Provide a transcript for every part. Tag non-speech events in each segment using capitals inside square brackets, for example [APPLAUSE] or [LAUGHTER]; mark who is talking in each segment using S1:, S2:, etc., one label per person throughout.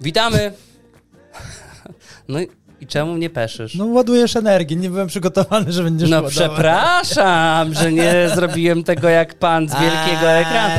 S1: witamy. [LAUGHS] No i- i czemu mnie peszysz?
S2: No ładujesz energię, nie byłem przygotowany, że będziesz
S1: No
S2: ładował.
S1: przepraszam, że
S2: [LAUGHS]
S1: nie zrobiłem tego jak pan z wielkiego
S2: Eee.
S1: ekranu.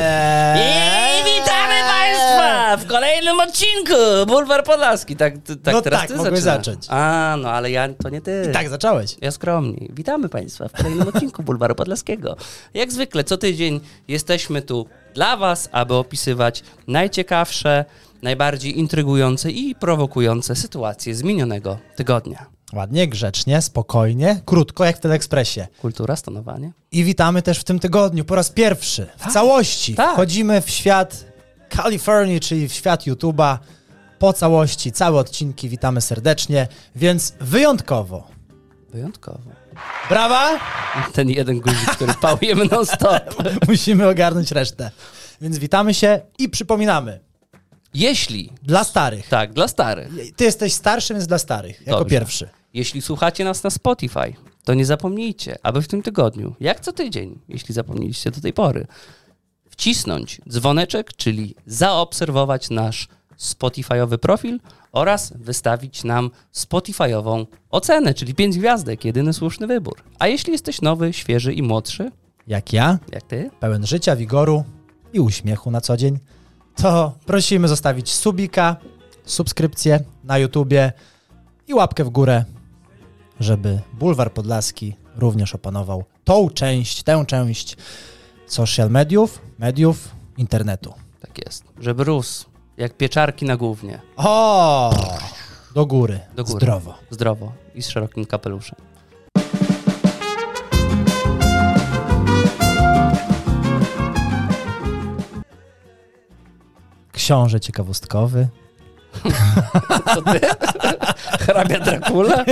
S1: I witamy Państwa w kolejnym odcinku Bulwar Podlaski. Tak, t- tak
S2: No
S1: teraz
S2: tak,
S1: ty
S2: mogłeś
S1: zaczynasz.
S2: zacząć.
S1: A, no ale ja to nie ty.
S2: I tak zacząłeś.
S1: Ja skromniej. Witamy Państwa w kolejnym odcinku Bulwaru Podlaskiego. Jak zwykle, co tydzień jesteśmy tu dla Was, aby opisywać najciekawsze, najbardziej intrygujące i prowokujące sytuacje z minionego tygodnia.
S2: Ładnie, grzecznie, spokojnie, krótko jak w Telekspresie.
S1: Kultura, stanowanie.
S2: I witamy też w tym tygodniu po raz pierwszy, w całości.
S1: tak.
S2: Wchodzimy w świat Kalifornii, czyli w świat YouTube'a po całości, całe odcinki witamy serdecznie, więc wyjątkowo.
S1: Wyjątkowo.
S2: Brawa! [LAUGHS]
S1: Ten jeden guzik, który pałujemy non-stop.
S2: Musimy ogarnąć resztę. Więc witamy się i przypominamy,
S1: Jeśli,
S2: dla starych.
S1: tak, dla starych,
S2: Ty jesteś starszy, więc dla starych, jako
S1: Dobrze.
S2: pierwszy.
S1: Jeśli słuchacie nas na Spotify, to nie zapomnijcie, aby w tym tygodniu, jak co tydzień, jeśli zapomnieliście do tej pory, wcisnąć dzwoneczek, czyli zaobserwować nasz Spotifyowy profil oraz wystawić nam Spotifyową ocenę, czyli 5 gwiazdek, jedyny słuszny wybór. A jeśli jesteś nowy, świeży i młodszy,
S2: Jak ja,
S1: jak ty,
S2: pełen życia, wigoru i uśmiechu na co dzień, to prosimy zostawić subika, subskrypcję na YouTubie i łapkę w górę, żeby Bulwar Podlaski również opanował tą część, tę część social mediów, mediów, internetu.
S1: tak jest, żeby rósł jak pieczarki na głównie,
S2: O! Do góry.
S1: Do góry.
S2: Zdrowo.
S1: zdrowo i z szerokim kapeluszem.
S2: Książę ciekawostkowy.
S1: Co ty? [LAUGHS] Hrabia Dracula?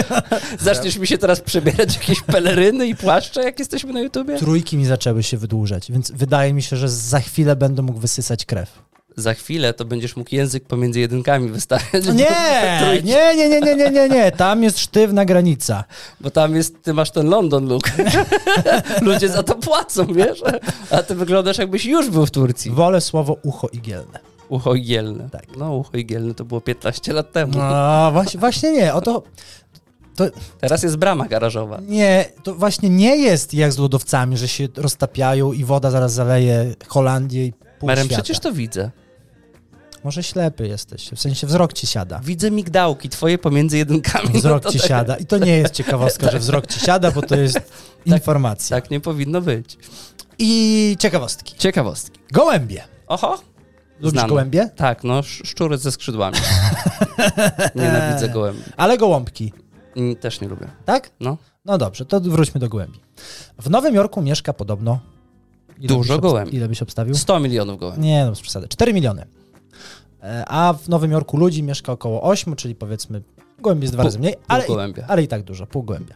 S1: Zaczniesz mi się teraz przebierać w jakieś peleryny i płaszcze, jak jesteśmy na YouTubie?
S2: Trójki mi zaczęły się wydłużać, więc wydaje mi się, że za chwilę będę mógł wysysać krew.
S1: Za chwilę to będziesz mógł język pomiędzy jedynkami wystawiać. [LAUGHS]
S2: Nie, nie, nie, nie, nie, nie, nie, nie. Tam jest sztywna granica.
S1: Bo tam jest, ty masz ten London [LAUGHS] look. Ludzie za to płacą, wiesz? A ty wyglądasz jakbyś już był w Turcji.
S2: Wolę słowo ucho igielne.
S1: Ucho igielne.
S2: Tak.
S1: No, ucho igielne to było 15 lat temu.
S2: No, właśnie, właśnie nie. O to, to
S1: Teraz jest brama garażowa.
S2: nie, to właśnie nie jest jak z lodowcami, że się roztapiają i woda zaraz zaleje Holandię i pół
S1: Merem,
S2: świata.
S1: przecież to widzę.
S2: Może ślepy jesteś, w sensie wzrok ci
S1: [LAUGHS]
S2: siada.
S1: Widzę migdałki twoje pomiędzy jedynkami.
S2: Wzrok
S1: to
S2: ci
S1: tak-
S2: siada. I to nie jest ciekawostka, że wzrok ci siada, bo to jest informacja.
S1: Tak nie powinno być.
S2: I ciekawostki.
S1: Ciekawostki.
S2: Gołębie.
S1: Oho.
S2: Lubisz
S1: Znane.
S2: gołębie?
S1: Tak, no, sz- szczury ze
S2: [LAUGHS]
S1: skrzydłami. Nienawidzę gołębi.
S2: Ale gołąbki,
S1: Mm, Też nie lubię.
S2: tak?
S1: No.
S2: No dobrze, to wróćmy do głębi. W Nowym Jorku mieszka podobno.
S1: Dużo
S2: byś obst-
S1: gołębi.
S2: Ile byś obstawił?
S1: 100 milionów gołębi.
S2: Nie, no z przesady. 4 miliony. E, A w Nowym Jorku ludzi mieszka około 8, czyli powiedzmy gołębi jest dwa
S1: Pół-
S2: razy mniej, ale, i,
S1: gołębia.
S2: ale i tak dużo, pół gołębia.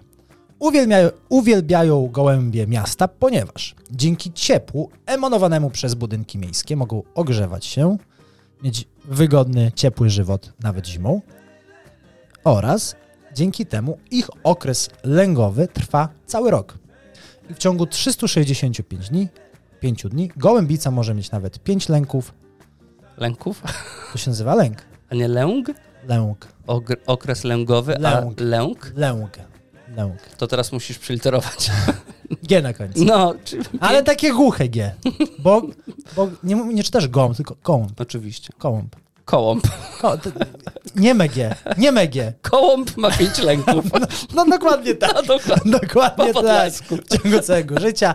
S2: Uwielbiają, uwielbiają gołębie miasta, ponieważ dzięki ciepłu emanowanemu przez budynki miejskie mogą ogrzewać się, mieć wygodny, ciepły żywot nawet zimą oraz dzięki temu ich okres lęgowy trwa cały rok. I w ciągu 365 dni, 5 dni, gołębica może mieć nawet 5 lęków.
S1: Lęków?
S2: To się nazywa lęk.
S1: A nie lęg?
S2: Lęk.
S1: Ogr- okres lęgowy,
S2: Lęg.
S1: a lęk?
S2: Lęk. Lęk.
S1: To teraz musisz przyliterować. [LAUGHS]
S2: G na końcu.
S1: No, czy...
S2: Ale takie głuche G. Bo, bo nie, mów- nie czytasz gołąb, tylko kołąb.
S1: Oczywiście.
S2: Kołąb.
S1: Kołąb. [LAUGHS]
S2: Ko, to, nie megie. Nie megie.
S1: Kołąb ma pięć lęków.
S2: [LAUGHS]
S1: [LAUGHS]
S2: No dokładnie tak. [LAUGHS]
S1: No, dokładnie.
S2: Dokładnie
S1: Po
S2: tak.
S1: podlasku.
S2: W ciągu całego życia.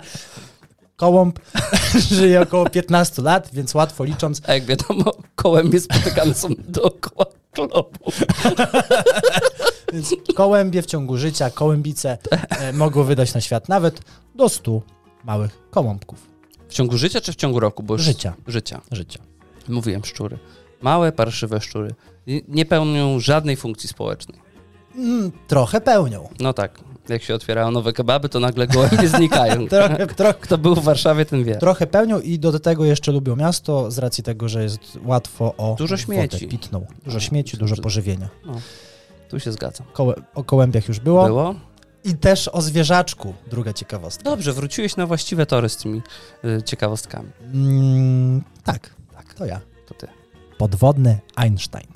S2: Kołąb [LAUGHS] żyje około 15 lat, więc łatwo licząc,
S1: A jak wiadomo, kołębie spotykane są [LAUGHS] dookoła klopu.
S2: Więc kołębie w ciągu życia, kołębice e, mogą wydać na świat nawet do 100 małych kołąbków
S1: W ciągu życia czy w ciągu roku? Bo już...
S2: Życia.
S1: Życia.
S2: życia.
S1: Mówiłem szczury. Małe, parszywe szczury. Nie- Nie pełnią żadnej funkcji społecznej.
S2: Mm, trochę pełnią.
S1: No tak, jak się otwierają nowe kebaby, to nagle gołębie znikają.
S2: [LAUGHS] Trochę, tro,
S1: Kto był w Warszawie, ten wie.
S2: Tak. trochę pełnią i do tego jeszcze lubią miasto z racji tego, że jest łatwo o
S1: Dużo śmieci.
S2: wodę pitną. Dużo śmieci, dużo pożywienia.
S1: Tu się zgadzam.
S2: Kołę, o kołębiach już było.
S1: Było?
S2: I też o zwierzaczku, druga ciekawostka.
S1: Dobrze, wróciłeś na właściwe tory z tymi y, ciekawostkami.
S2: Mm, tak, tak, to ja.
S1: To ty.
S2: Podwodny Einstein.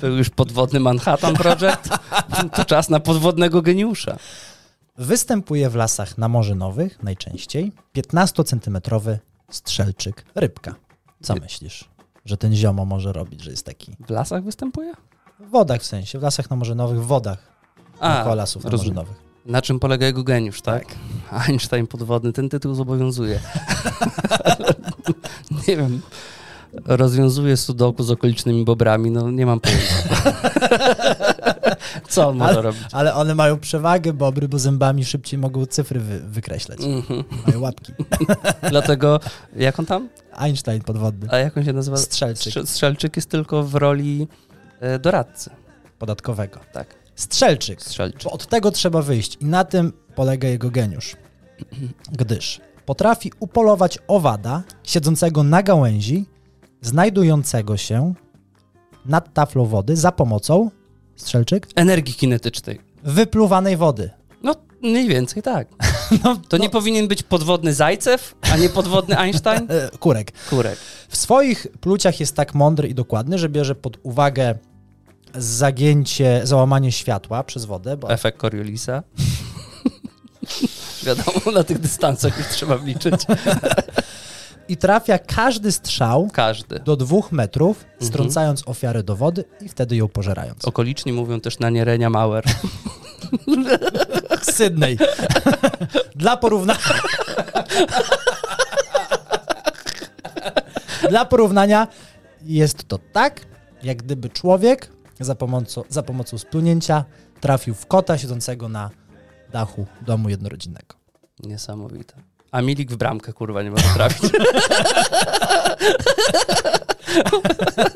S1: Był już podwodny Manhattan Project, to czas na podwodnego geniusza.
S2: Występuje w lasach namorzynowych najczęściej 15-centymetrowy strzelczyk rybka. Co myślisz, że ten ziomo może robić, że jest taki?
S1: W lasach występuje?
S2: W wodach w sensie, w lasach namorzynowych, w wodach,
S1: A,
S2: koło lasów
S1: rozumiem.
S2: namorzynowych.
S1: Na czym polega jego geniusz, tak? [LAUGHS] Einstein podwodny, ten tytuł zobowiązuje. nie wiem. Rozwiązuje sudoku z okolicznymi bobrami, no nie mam pojęcia. Co on może robić?
S2: Ale one mają przewagę, bobry, bo zębami szybciej mogą cyfry wy wykreślać.
S1: Mhm.
S2: Mają łapki.
S1: Dlatego, jak on tam?
S2: Einstein podwodny,
S1: A jak on się nazywa?
S2: strzelczyk
S1: Strze- Strzelczyk jest tylko w roli e, doradcy.
S2: podatkowego.
S1: Tak,
S2: Strzelczyk.
S1: strzelczyk.
S2: Bo od tego trzeba wyjść i na tym polega jego geniusz. Gdyż potrafi upolować owada siedzącego na gałęzi, znajdującego się nad taflą wody za pomocą, strzelczyk,
S1: Energii kinetycznej.
S2: wypluwanej wody.
S1: No, mniej więcej tak.
S2: No,
S1: To nie powinien być podwodny Zajcew, a nie podwodny Einstein?
S2: e, [LAUGHS] kurek.
S1: Kurek.
S2: W swoich pluciach jest tak mądry i dokładny, że bierze pod uwagę zagięcie, załamanie światła przez wodę, bo
S1: Efekt Coriolisa. [LAUGHS] Wiadomo, na tych dystansach już trzeba wliczyć.
S2: i trafia każdy strzał
S1: Każdy.
S2: do dwóch metrów, strącając ofiarę do wody i wtedy ją pożerając.
S1: Okoliczni mówią też na nie Renia Mauer.
S2: [LAUGHS] Sydney. Dla porównania. Dla porównania jest to tak, jak gdyby człowiek za pomocą, za pomocą splunięcia trafił w kota siedzącego na dachu domu jednorodzinnego.
S1: Niesamowite. A Milik w bramkę, kurwa, nie może trafić.
S2: [LAUGHS]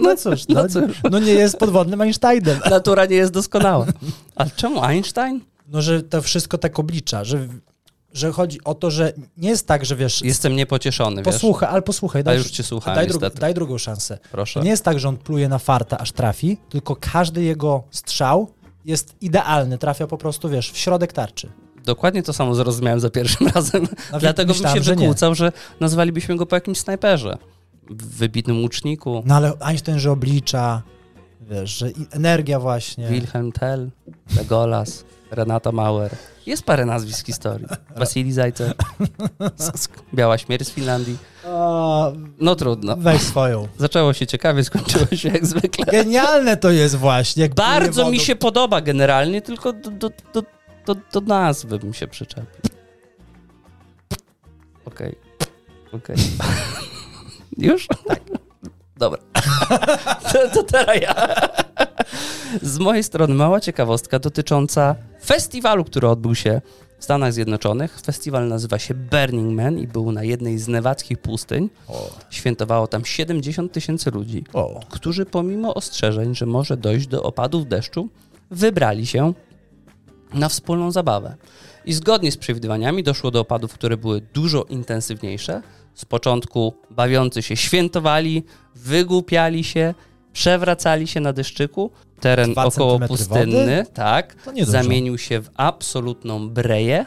S2: No cóż, no,
S1: No cóż.
S2: no nie jest podwodnym Einsteinem.
S1: Natura nie jest doskonała. Ale czemu Einstein?
S2: No, że to wszystko tak oblicza, że, że chodzi o to, że nie jest tak, że wiesz,
S1: Jestem niepocieszony, wiesz?
S2: posłuchaj, ale posłuchaj,
S1: A
S2: daj,
S1: już cię słucham,
S2: daj, drugą-
S1: niestety.
S2: daj drugą szansę. To
S1: Proszę.
S2: nie jest tak, że on pluje na farta, aż trafi, tylko każdy jego strzał jest idealny. Trafia po prostu, wiesz, w środek tarczy.
S1: Dokładnie to samo zrozumiałem za pierwszym [LAUGHS] razem.
S2: wi-
S1: Dlatego bym się
S2: No myślałem, że nie.
S1: wykłócał, że nazwalibyśmy go po jakimś snajperze. Wybitnym łuczniku.
S2: No ale Einstein, że oblicza, wiesz, że i- energia właśnie.
S1: Wilhelm Tell, Legolas, Renata Mauer. Jest parę nazwisk w historii. Wasili Zajcew, Biała Śmierć z Finlandii.
S2: O,
S1: No trudno.
S2: weź swoją.
S1: Zaczęło się ciekawie, skończyło się jak zwykle.
S2: Genialne to jest właśnie. jak pluje
S1: Bardzo mi
S2: wodą.
S1: się podoba generalnie, tylko do, do, do, do, do nazwy bym się przyczepił. Okej. Okej. [LAUGHS] Już? Tak. Dobra. [LAUGHS] To, to teraz ja. Z mojej strony mała ciekawostka dotycząca festiwalu, który odbył się w Stanach Zjednoczonych. Festiwal nazywa się Burning Man i był na jednej z newackich pustyń.
S2: O,
S1: Świętowało tam 70 tysięcy ludzi
S2: o.
S1: którzy pomimo ostrzeżeń, że może dojść do opadów deszczu, wybrali się na wspólną zabawę. I zgodnie z przewidywaniami doszło do opadów, które były dużo intensywniejsze. Z początku bawiący się świętowali, wygłupiali się, przewracali się na deszczyku. Teren
S2: Dwa
S1: około
S2: centymetry
S1: pustynny, tak,
S2: To niedużo.
S1: zamienił się w absolutną breję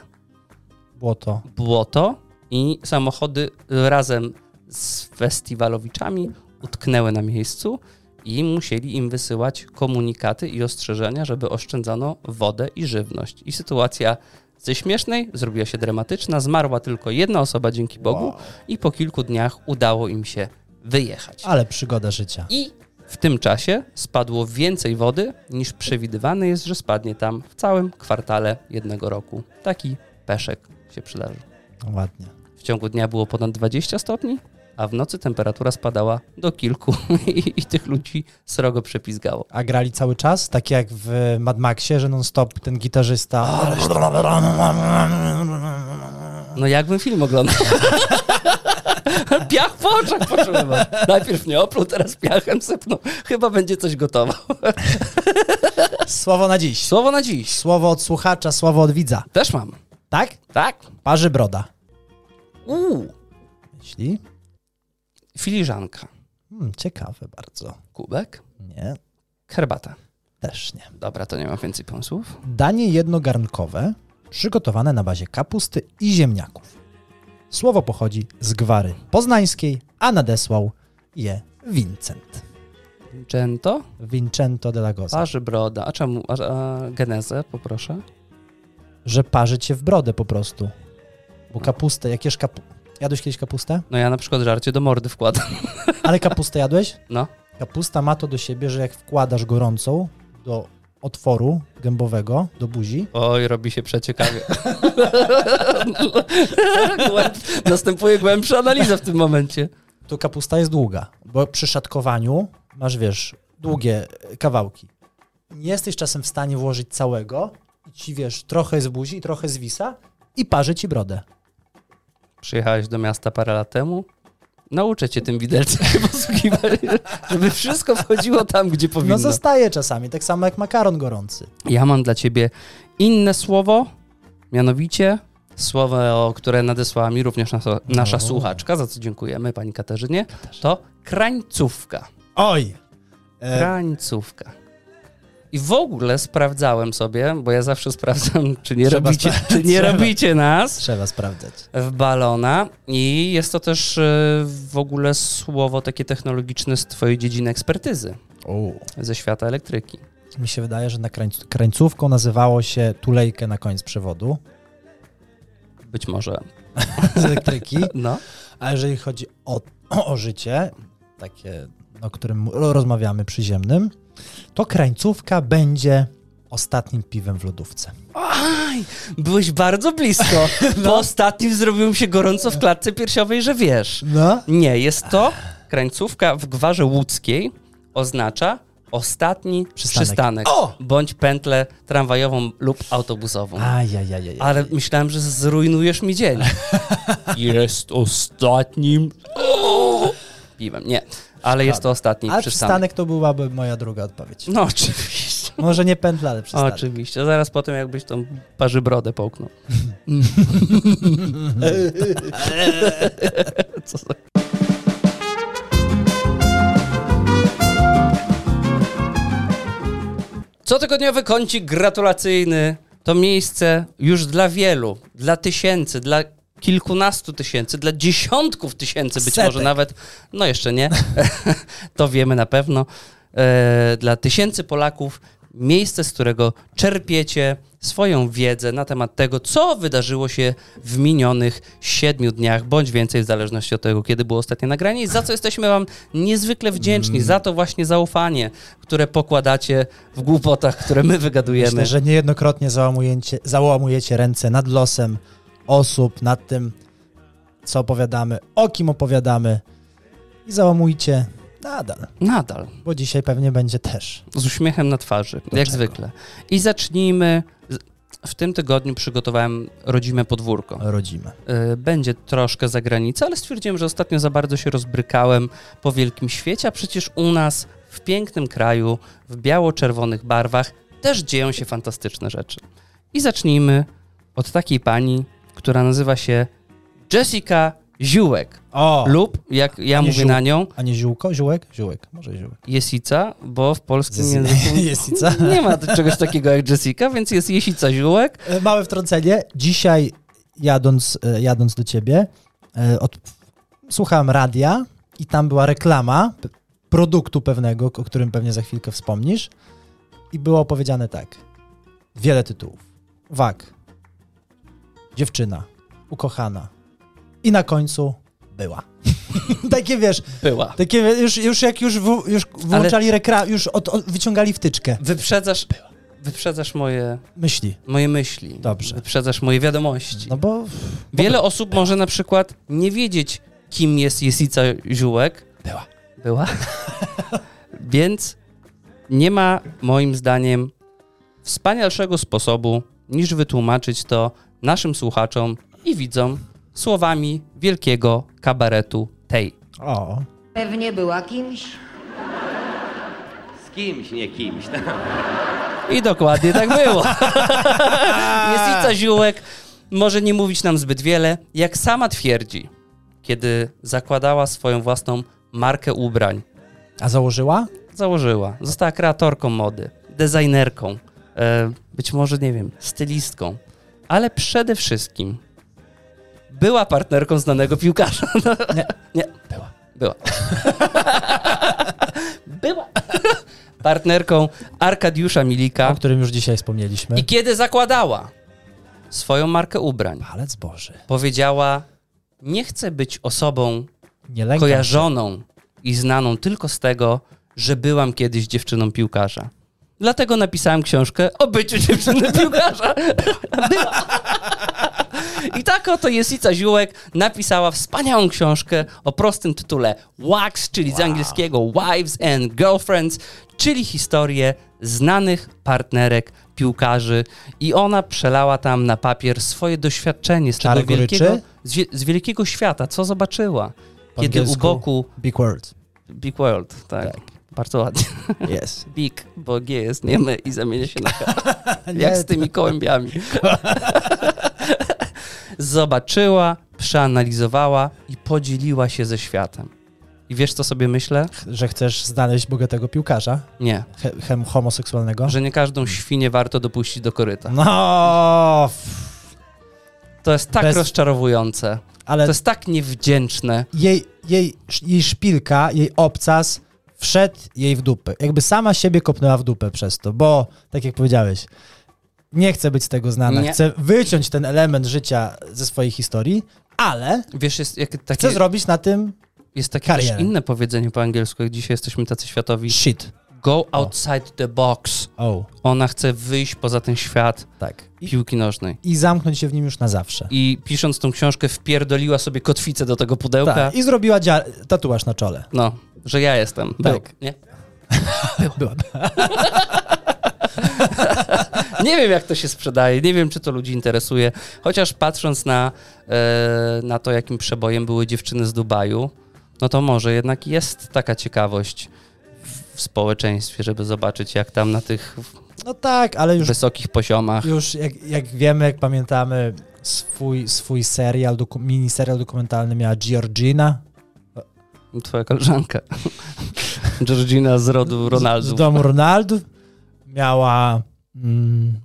S2: Błoto.
S1: błoto i samochody razem z festiwalowiczami utknęły na miejscu i musieli im wysyłać komunikaty i ostrzeżenia, żeby oszczędzano wodę i żywność. I sytuacja ze śmiesznej zrobiła się dramatyczna. Zmarła tylko jedna osoba dzięki Bogu i po kilku dniach udało im się wyjechać.
S2: Ale przygoda życia.
S1: I w tym czasie spadło więcej wody niż przewidywane jest, że spadnie tam w całym kwartale jednego roku. Taki peszek się przydarzył.
S2: No, Ładnie.
S1: W ciągu dnia było ponad 20 stopni, a w nocy temperatura spadała do kilku [LAUGHS] i, i tych ludzi srogo przepizgało.
S2: A grali cały czas, tak jak w Mad Maxie, że non-stop ten gitarzysta...
S1: No jakbym film oglądał. [LAUGHS] Piach po oczach poczułem. Najpierw mnie opluł, teraz piachem sypnął. Chyba będzie coś gotowo.
S2: Słowo na dziś.
S1: Słowo na dziś.
S2: Słowo od słuchacza, słowo od widza.
S1: Też mam.
S2: Tak?
S1: Tak.
S2: Parzy broda.
S1: Uuu.
S2: Myśli?
S1: Filiżanka.
S2: Hmm, ciekawe bardzo.
S1: Kubek.
S2: Nie,
S1: Herbata.
S2: też nie.
S1: Dobra, to nie mam więcej pomysłów.
S2: Danie jednogarnkowe, przygotowane na bazie kapusty i ziemniaków. Słowo pochodzi z gwary poznańskiej, a nadesłał je Vincent.
S1: Vincento?
S2: Vincento de la Goza.
S1: Parzy broda. A czemu? A, a, genezę, poproszę.
S2: Że parzy cię w brodę po prostu. Bo kapustę, jak jesz kapu... Jadłeś kiedyś kapustę?
S1: No ja na przykład żarcie do mordy wkładam.
S2: Ale kapustę jadłeś?
S1: No.
S2: Kapusta ma to do siebie, że jak wkładasz gorącą do otworu gębowego, do buzi,
S1: Oj, robi się przeciekawie. [LAUGHS] Głęb... Następuje głębsza analiza w tym momencie.
S2: to kapusta jest długa, bo przy szatkowaniu masz, wiesz, długie e, kawałki. Nie jesteś czasem w stanie włożyć całego i ci, wiesz, trochę z buzi, trochę zwisa i parzy ci brodę. No
S1: Przyjechałeś do miasta parę lat temu. Nauczę cię tym widelcem się posługiwać, żeby wszystko wchodziło tam, gdzie powinno.
S2: No zostaje czasami, tak samo jak makaron gorący.
S1: Ja mam dla ciebie inne słowo, mianowicie słowo, które nadesłała mi również nasza, nasza
S2: O.
S1: słuchaczka, za co dziękujemy pani Katarzynie, to krańcówka.
S2: Oj! E,
S1: Krańcówka. I w ogóle sprawdzałem sobie, bo ja zawsze sprawdzam, [LAUGHS] czy nie,
S2: Trzeba
S1: robicie,
S2: spra-
S1: czy nie
S2: [LAUGHS] trzeba.
S1: robicie nas
S2: trzeba sprawdzać.
S1: w balona. I jest to też e, w ogóle słowo takie technologiczne z twojej dziedziny ekspertyzy, ze świata elektryki.
S2: Mi się wydaje, że na krańc- krańcówką nazywało się tulejkę na koniec przewodu
S1: Być może.
S2: z elektryki.
S1: No.
S2: A jeżeli chodzi o, o życie, takie, o którym ro- rozmawiamy przyziemnym, to krańcówka będzie ostatnim piwem w lodówce.
S1: Aj, byłeś bardzo blisko.
S2: [LAUGHS] No.
S1: Po ostatnim zrobiło mi się gorąco w klatce piersiowej, że wiesz.
S2: No?
S1: Nie, jest to krańcówka w gwarze łódzkiej oznacza ostatni przystanek,
S2: Przystanek. O!
S1: bądź pętlę tramwajową lub autobusową.
S2: Ajajajaj.
S1: Ale myślałem, że zrujnujesz mi dzień. Jest ostatnim o, piwem. Nie, ale jest to ostatni
S2: Ale
S1: przystanek.
S2: przystanek to byłaby moja druga odpowiedź.
S1: No oczywiście.
S2: Może nie pętla, ale przystanek.
S1: Oczywiście, zaraz po tym jakbyś tą parzybrodę połknął. Co za- Cotygodniowy kącik gratulacyjny to miejsce już dla wielu, dla tysięcy, dla kilkunastu tysięcy, dla dziesiątków tysięcy, być
S2: Setek.
S1: może nawet, no jeszcze nie, to wiemy na pewno, e, dla tysięcy Polaków miejsce, z którego czerpiecie swoją wiedzę na temat tego, co wydarzyło się w minionych siedmiu dniach, bądź więcej, w zależności od tego, kiedy było ostatnie nagranie i za co jesteśmy Wam niezwykle
S2: Mm.
S1: wdzięczni, za to właśnie zaufanie, które pokładacie w głupotach, które my wygadujemy.
S2: Myślę, że niejednokrotnie załamujecie, załamujecie ręce nad losem osób, nad tym, co opowiadamy, o kim opowiadamy i załamujcie nadal,
S1: Nadal,
S2: bo dzisiaj pewnie będzie też.
S1: z uśmiechem na twarzy, jak
S2: czego?
S1: zwykle. I zacznijmy... z- W tym tygodniu przygotowałem rodzime podwórko.
S2: Rodzimy.
S1: Y, będzie troszkę za granicę, ale stwierdziłem, że ostatnio za bardzo się rozbrykałem po wielkim świecie, a przecież u nas w pięknym kraju, w biało-czerwonych barwach też dzieją się fantastyczne rzeczy. I zacznijmy od takiej pani, która nazywa się Jessica Ziółek
S2: O!
S1: lub jak ja
S2: Pani
S1: mówię
S2: Ziół-
S1: na nią,
S2: A nie ziółko? Ziółek? Ziółek, może ziółek.
S1: Jesica, bo w polskim
S2: Zes- [LAUGHS]
S1: języku
S2: Jesica.
S1: nie ma czegoś takiego jak Jessica, więc jest Jesica Ziółek.
S2: E, Małe wtrącenie. Dzisiaj jadąc, e, jadąc do ciebie, e, od, słuchałem radia i tam była reklama p- produktu pewnego, o którym pewnie za chwilkę wspomnisz. I było opowiedziane tak. Wiele tytułów. Wak. Dziewczyna. Ukochana. I na końcu była. [LAUGHS] Takie wiesz,
S1: Była.
S2: takie już, już jak już, w, już włączali rekra, już od, od, wyciągali wtyczkę.
S1: Wyprzedzasz, wyprzedzasz moje
S2: Myśli.
S1: moje myśli.
S2: Dobrze.
S1: Wyprzedzasz moje wiadomości.
S2: No bo
S1: Wiele osób może na przykład nie wiedzieć, kim jest Jesica Ziółek.
S2: Była.
S1: Była. Więc nie ma moim zdaniem wspanialszego sposobu, niż wytłumaczyć to naszym słuchaczom i widzom słowami wielkiego kabaretu tej.
S2: O,
S3: Pewnie była kimś.
S4: Z kimś, nie kimś.
S1: I dokładnie tak
S2: [LAUGHS]
S1: było. Jesica Ziółek może nie mówić nam zbyt wiele, jak sama twierdzi, kiedy zakładała swoją własną markę ubrań.
S2: a założyła?
S1: Założyła, została kreatorką mody, designerką, e, być może, nie wiem, stylistką, ale przede wszystkim była partnerką znanego piłkarza. [LAUGHS]
S2: Nie.
S1: nie.
S2: Była.
S1: Była. [LAUGHS] Była. Partnerką Arkadiusza Milika.
S2: o którym już dzisiaj wspomnieliśmy.
S1: Tak. I kiedy zakładała swoją markę ubrań,
S2: Palec Boży.
S1: powiedziała: Nie chcę być osobą
S2: Nie lękam
S1: kojarzoną i znaną tylko z tego, że byłam kiedyś dziewczyną piłkarza. Dlatego napisałem książkę o byciu dziewczyny piłkarza. Była. I tak oto Jesica Ziółek napisała wspaniałą książkę o prostym tytule Wax, czyli z angielskiego Wives and Girlfriends, czyli historię znanych partnerek piłkarzy. I ona przelała tam na papier swoje doświadczenie z
S2: Czary
S1: tego
S2: goryczy?
S1: wielkiego, z, wie, z wielkiego świata, co zobaczyła.
S2: Po
S1: Kiedy u
S2: angielsku
S1: boku
S2: Big word.
S1: Big World, tak. Bardzo ładnie. [LAUGHS]
S2: Yes.
S1: Big, bo G jest niemy i zamienia się na
S2: [LAUGHS]
S1: H, jak z tymi kołębiami. Zobaczyła, przeanalizowała i podzieliła się ze światem. I wiesz, co sobie myślę?
S2: Że chcesz znaleźć bogatego piłkarza,
S1: Nie,
S2: he, hem homoseksualnego.
S1: że nie każdą świnię warto dopuścić do koryta.
S2: No, f-
S1: To jest tak
S2: Bez-
S1: rozczarowujące.
S2: ale
S1: To jest tak niewdzięczne.
S2: jej, jej, jej szpilka, jej obcas wszedł jej w dupę. Jakby sama siebie kopnęła w dupę przez to, bo tak jak powiedziałeś, nie chcę być z tego znana.
S1: Nie.
S2: Chcę wyciąć ten element życia ze swojej historii, ale
S1: Wiesz, jest, jak,
S2: chcę
S1: takie,
S2: zrobić na tym
S1: jest takie też
S2: karierę.
S1: inne powiedzenie po angielsku, jak dzisiaj jesteśmy tacy światowi.
S2: shit.
S1: Go outside the box.
S2: Oh,
S1: Ona chce wyjść poza ten świat
S2: tak. I,
S1: piłki nożnej.
S2: I zamknąć się w nim już na zawsze.
S1: I pisząc tą książkę, wpierdoliła sobie kotwicę do tego pudełka.
S2: Tak. I zrobiła dzia- tatuaż na
S1: [LAUGHS]
S2: czole.
S1: No, że ja jestem. Był,
S2: Tak.
S1: nie?
S2: Była.
S1: nie wiem, jak to się sprzedaje, nie wiem, czy to ludzi interesuje. Chociaż patrząc na, e, na to, jakim przebojem były dziewczyny z Dubaju, no to może jednak jest taka ciekawość w, w społeczeństwie, żeby zobaczyć, jak tam na tych
S2: No tak, ale już
S1: wysokich poziomach.
S2: Już jak, jak wiemy, jak pamiętamy, swój, swój serial, doku, miniserial dokumentalny miała Georgina
S1: Twoja koleżanka. [LAUGHS] Georgina z rodu
S2: z, z
S1: Ronaldu.
S2: domu Ronaldu. Miała. Mm,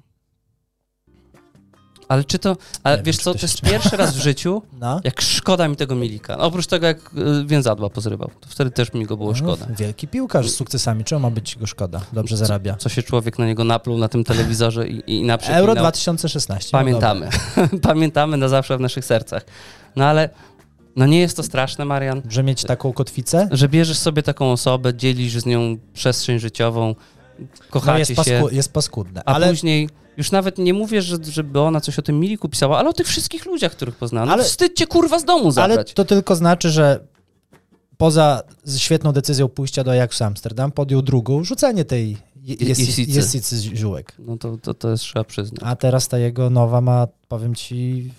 S1: Ale czy to. Ale
S2: Nie wiem,
S1: wiesz
S2: czy
S1: co,
S2: to
S1: to
S2: się
S1: jest
S2: [LAUGHS]
S1: pierwszy raz w życiu,
S2: no.
S1: jak szkoda mi tego Milika. No, Oprócz tego, jak y, więzadła pozrywał. To wtedy też mi go było szkoda.
S2: No, Wielki piłkarz z sukcesami. Czemu ma być go szkoda? Dobrze zarabia.
S1: Co się człowiek na niego napluł na tym telewizorze i, i na
S2: Euro 2016. no
S1: Pamiętamy. [LAUGHS] Pamiętamy na zawsze w naszych sercach. No ale no nie jest to straszne, Marian,
S2: dobra. Że mieć taką kotwicę? No
S1: że bierzesz sobie taką osobę, dzielisz z nią przestrzeń życiową,
S2: No
S1: kochacie
S2: jest,
S1: się.
S2: pasku, jest paskudne.
S1: A
S2: Ale
S1: później już nawet nie mówię, że, żeby ona coś o tym Miliku pisała, ale o tych wszystkich ludziach, których poznała. No
S2: Ale-
S1: ale, wstyd cię kurwa z domu zabrać.
S2: Ale to tylko znaczy, że poza z świetną decyzją pójścia do Ajaxu Amsterdam podjął drugą, rzucenie tej je-
S1: Je-
S2: jest,
S1: jesicy.
S2: jesicy z ziółek.
S1: No to, to, to jest trzeba przyznać.
S2: A teraz ta jego nowa ma, powiem ci,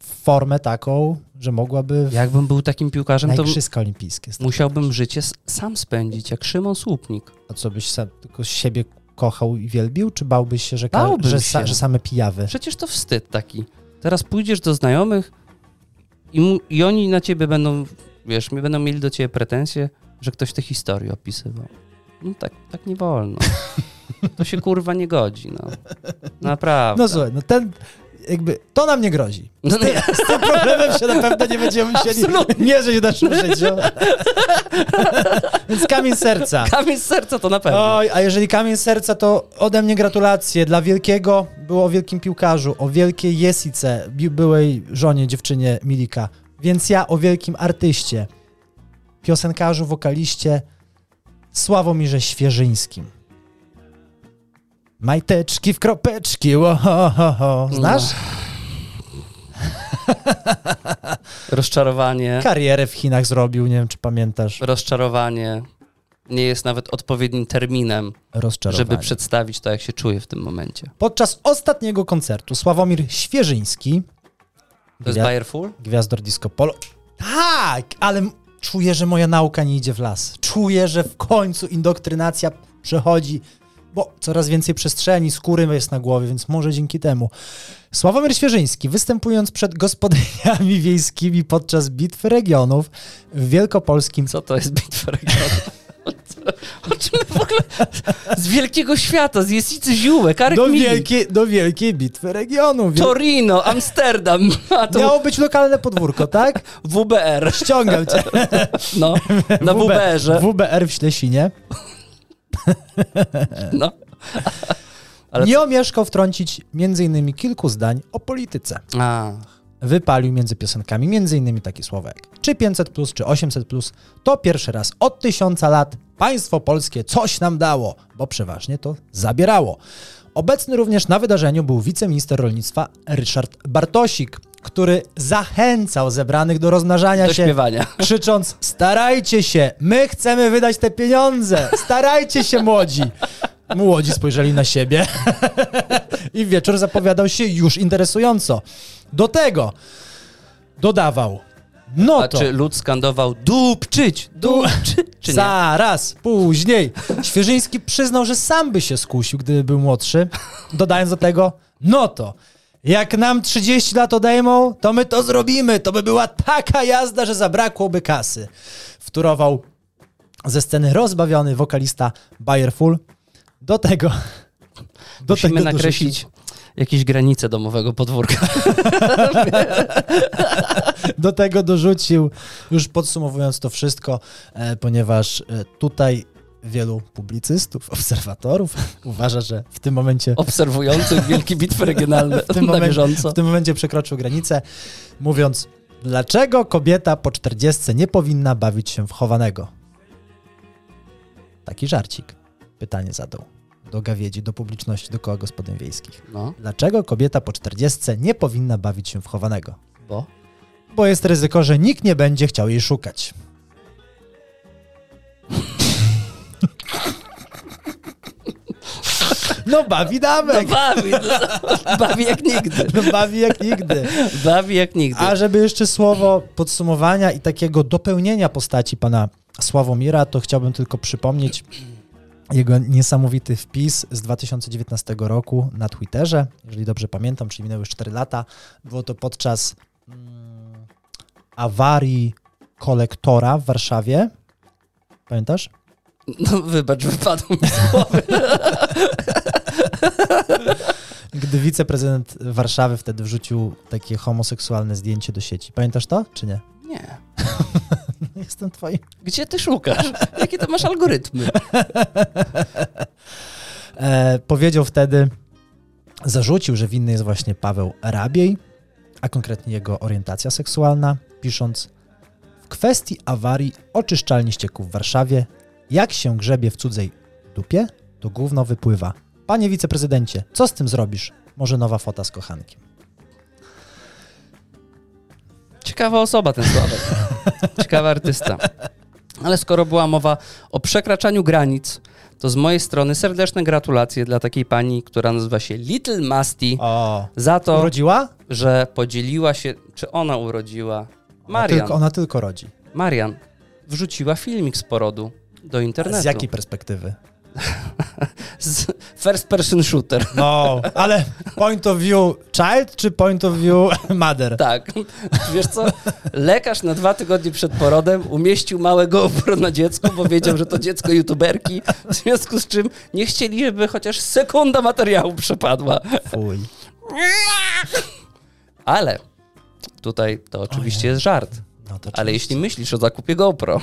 S2: formę taką, że mogłaby w
S1: Jakbym był takim piłkarzem, to
S2: najgrzyska olimpijskie. stać.
S1: musiałbym życie s- sam spędzić, jak Szymon Słupnik.
S2: A co byś sam, tylko siebie kochał i wielbił? Czy bałbyś się, że, ka-
S1: Bałbym
S2: że, sa,
S1: się.
S2: że same pijawy?
S1: Przecież to wstyd taki. Teraz pójdziesz do znajomych i, mu, i oni na ciebie będą, wiesz, mi będą mieli do ciebie pretensje, że ktoś te historie opisywał. No tak, tak nie wolno. [LAUGHS] To się kurwa nie godzi, no. Naprawdę.
S2: No słuchaj, no ten jakby, to nam nie grozi.
S1: No, no, [LAUGHS]
S2: Z tym problemem się na pewno nie będziemy musieli
S1: Absolutnie.
S2: [LAUGHS] mierzyć w naszym życiu. Więc kamień serca.
S1: kamień z serca to na pewno.
S2: Oj, a jeżeli kamień serca, to ode mnie gratulacje dla wielkiego, było o wielkim piłkarzu, o wielkiej Jesice, bi- byłej żonie, dziewczynie Milika. Więc ja o wielkim artyście, piosenkarzu, wokaliście Sławomirze Świeżyńskim. Majteczki w kropeczki, ło, ho, ho, ho. Znasz?
S1: No. [LAUGHS] Rozczarowanie.
S2: Karierę w Chinach zrobił, nie wiem czy pamiętasz.
S1: Rozczarowanie nie jest nawet odpowiednim terminem,
S2: Rozczarowanie.
S1: żeby przedstawić to, jak się czuję w tym momencie.
S2: Podczas ostatniego koncertu Sławomir Świeżyński
S1: To jest
S2: Ja-
S1: Bayer Full?
S2: Gwiazdor Disco Polo. Tak, ale m- czuję, że moja nauka nie idzie w las. Czuję, że w końcu indoktrynacja przechodzi, bo coraz więcej przestrzeni, skóry jest na głowie, więc może dzięki temu. Sławomir Świeżyński, występując przed gospodyniami [LAUGHS] wiejskimi podczas bitwy regionów w wielkopolskim
S1: Co to jest bitwa regionów? [LAUGHS] O czym my w ogóle... Z wielkiego świata, z Jesicy Ziółek, Arek
S2: Do
S1: Milik,
S2: wielkiej, do wielkiej bitwy regionu. Wie-
S1: Torino, Amsterdam, a to
S2: Miało być lokalne podwórko, tak?
S1: WBR,
S2: Ściągam cię.
S1: no, na
S2: WB
S1: WBR-ze,
S2: WBR w Ślesinie.
S1: no. Ale-
S2: Nie omieszkał wtrącić m.in. kilku zdań o polityce.
S1: A,
S2: Wypalił między piosenkami m.in. takie słowa jak czy 500, plus, czy 800, plus, to pierwszy raz od tysiąca lat państwo polskie coś nam dało, bo przeważnie to zabierało. Obecny również na wydarzeniu był wiceminister rolnictwa Ryszard Bartosik, który zachęcał zebranych do rozmnażania
S1: do
S2: się
S1: śpiewania.
S2: krzycząc: Starajcie się, my chcemy wydać te pieniądze, starajcie się, młodzi. Młodzi spojrzeli na siebie [LAUGHS] i wieczór zapowiadał się już interesująco. Do tego dodawał: No
S1: A
S2: to.
S1: czy lud skandował dupczyć, dupczyć, czy nie?
S2: Zaraz, później. Świeżyński przyznał, że sam by się skusił, gdyby był młodszy, dodając do tego, no to, jak nam 30 lat odejmą, to my to zrobimy, to by była taka jazda, że zabrakłoby kasy. Wtórował ze sceny rozbawiony wokalista Bayerful. Do tego... Do
S1: Musimy
S2: dorzucił-
S1: nakreślić jakieś granice domowego podwórka.
S2: Do tego dorzucił, już podsumowując to wszystko, e, ponieważ e, tutaj wielu publicystów, obserwatorów [LAUGHS] uważa, że w tym momencie
S1: obserwujących wielkie bitwy regionalne
S2: w tym,
S1: na
S2: momen-
S1: bieżąco.
S2: w tym momencie przekroczył granicę, mówiąc, dlaczego kobieta po 40 nie powinna bawić się w chowanego? Taki żarcik. Pytanie zadał. Do gawiedzi, do publiczności, do koła gospodyń wiejskich.
S1: No,
S2: Dlaczego kobieta po 40 nie powinna bawić się w chowanego?
S1: bo
S2: bo jest ryzyko, że nikt nie będzie chciał jej szukać. No bawi
S1: no
S2: damek,
S1: bawi, no, bawi jak nigdy.
S2: no bawi jak nigdy.
S1: Bawi jak nigdy.
S2: A żeby jeszcze słowo podsumowania i takiego dopełnienia postaci pana Sławomira, to chciałbym tylko przypomnieć jego niesamowity wpis z 2019 roku na Twitterze. Jeżeli dobrze pamiętam, czyli minęły już 4 lata. Było to podczas mm, awarii kolektora w Warszawie. Pamiętasz?
S1: No, wybacz, wypadł mi z głowy.
S2: Gdy wiceprezydent Warszawy wtedy wrzucił takie homoseksualne zdjęcie do sieci. Pamiętasz to, czy nie? [LAUGHS]
S1: Nie.
S2: Jestem twoim
S1: Gdzie ty szukasz? Jakie to masz algorytmy?
S2: E, powiedział wtedy, zarzucił, że winny jest właśnie Paweł Rabiej, a konkretnie jego orientacja seksualna, pisząc w kwestii awarii oczyszczalni ścieków w Warszawie, jak się grzebie w cudzej dupie, to gówno wypływa. Panie wiceprezydencie, co z tym zrobisz? Może nowa fota z kochankiem.
S1: Ciekawa osoba ten Sławek. Ciekawy artysta. Ale skoro była mowa o przekraczaniu granic, to z mojej strony serdeczne gratulacje dla takiej pani, która nazywa się Little Masti,
S2: O,
S1: za to,
S2: urodziła? No
S1: że podzieliła się, czy ona urodziła Marian.
S2: Ona tylko, ona tylko rodzi.
S1: Marian wrzuciła filmik z porodu do internetu.
S2: Z jakiej perspektywy?
S1: Z first person shooter. [LAUGHS]
S2: No, ale point of view child czy point of view mother?
S1: Tak. Wiesz co? Lekarz na dwa tygodnie przed porodem umieścił małego GoPro na dziecku, bo wiedział, że to dziecko youtuberki, w związku z czym nie chcieli, żeby chociaż sekunda materiału przepadła.
S2: Fuj.
S1: Ale tutaj to oczywiście jest żart.
S2: No to
S1: Ale jeśli myślisz o zakupie GoPro,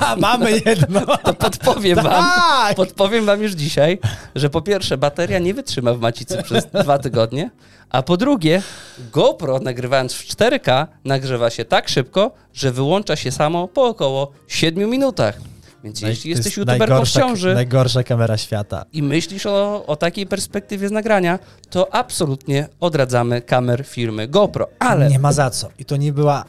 S2: A, mamy [LAUGHS] jedno.
S1: to podpowiem wam,
S2: Tak!
S1: podpowiem wam już dzisiaj, że po pierwsze bateria nie wytrzyma w macicy przez dwa tygodnie, a po drugie GoPro nagrywając w 4K nagrzewa się tak szybko, że wyłącza się samo po około 7 minutach. Więc No, jeśli
S2: To
S1: jesteś
S2: jest
S1: youtuberką w
S2: najgorsza-
S1: ciąży
S2: Najgorsza kamera świata.
S1: i myślisz o, o takiej perspektywie z nagrania, to absolutnie odradzamy kamer firmy GoPro. Ale
S2: Nie
S1: nie,
S2: ma za co. I to nie była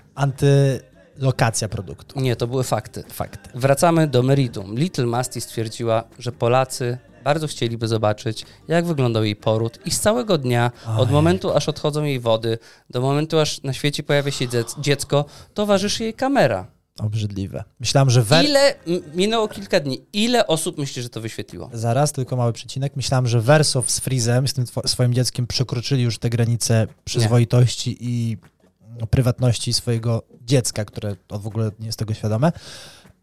S2: antylokacja produktu.
S1: to były fakty.
S2: Fakty.
S1: Wracamy do meritum. Little Masti stwierdziła, że Polacy bardzo chcieliby zobaczyć, jak wyglądał jej poród i z całego dnia, od momentu aż odchodzą jej wody, do momentu aż na świecie pojawia się dziec- dziecko, towarzyszy jej kamera.
S2: Obrzydliwe. Myślałem, że wer...
S1: Ile, m- minęło kilka dni, ile osób myśli, że to wyświetliło?
S2: Zaraz, tylko mały przecinek. Myślałem, że Wersow z Freezem, z tym two- swoim dzieckiem, przekroczyli już te granice przyzwoitości i no, prywatności swojego dziecka, które to w ogóle nie jest tego świadome.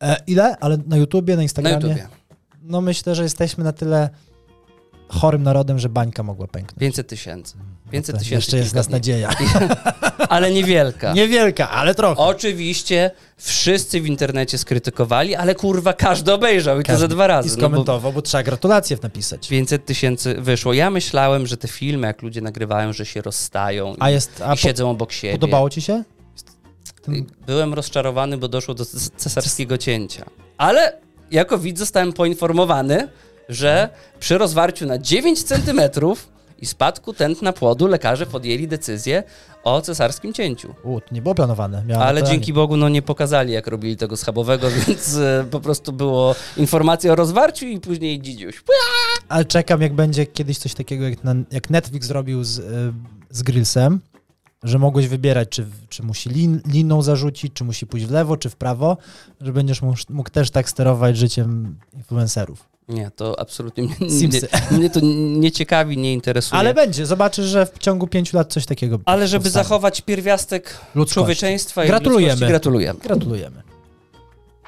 S2: E, ile? Ale na YouTubie, na
S1: Na
S2: Instagramie?
S1: YouTubie.
S2: No myślę, że jesteśmy na tyle chorym narodem, że bańka mogła pęknąć.
S1: 500 tysięcy. 500 tysięcy.
S2: No Jeszcze jest
S1: kilka
S2: nas
S1: dni. [LAUGHS] Tak.
S2: nadzieja.
S1: Ale niewielka.
S2: Niewielka, ale trochę.
S1: Oczywiście wszyscy w internecie skrytykowali, ale kurwa każdy obejrzał i to za dwa razy.
S2: I
S1: no bo-
S2: skomentował, bo... trzeba gratulacje napisać.
S1: 500 tysięcy wyszło. Ja myślałem, że te filmy, jak ludzie nagrywają, że się rozstają
S2: A jest. A
S1: i siedzą obok siebie.
S2: Podobało ci się? Ten...
S1: Byłem rozczarowany, bo doszło do ces- cesarskiego cięcia. Ale jako widz zostałem poinformowany, że przy rozwarciu na 9 centymetrów i spadku tętna płodu lekarze podjęli decyzję o cesarskim cięciu.
S2: U, to nie było planowane. Miałem
S1: Ale
S2: na planie.
S1: dzięki Bogu no, nie pokazali, jak robili tego schabowego, [LAUGHS] więc e, po prostu było informacja o rozwarciu i później dzidziuś.
S2: Ale czekam, jak będzie kiedyś coś takiego, jak, na, jak Netflix zrobił z, y, z Grillsem, że mogłeś wybierać, czy, czy musi lin, liną zarzucić, czy musi pójść w lewo, czy w prawo, że będziesz mógł, mógł też tak sterować życiem influencerów.
S1: Nie, to absolutnie [LAUGHS] mnie, mnie,
S2: Simsy.
S1: mnie to nie ciekawi, nie interesuje.
S2: Ale będzie, zobaczysz, że w ciągu pięciu lat coś takiego
S1: Ale żeby
S2: powstanie.
S1: zachować pierwiastek
S2: Ludzkości.
S1: człowieczeństwa i
S2: Gratulujemy.
S1: ludzkości, gratulujemy.
S2: Gratulujemy.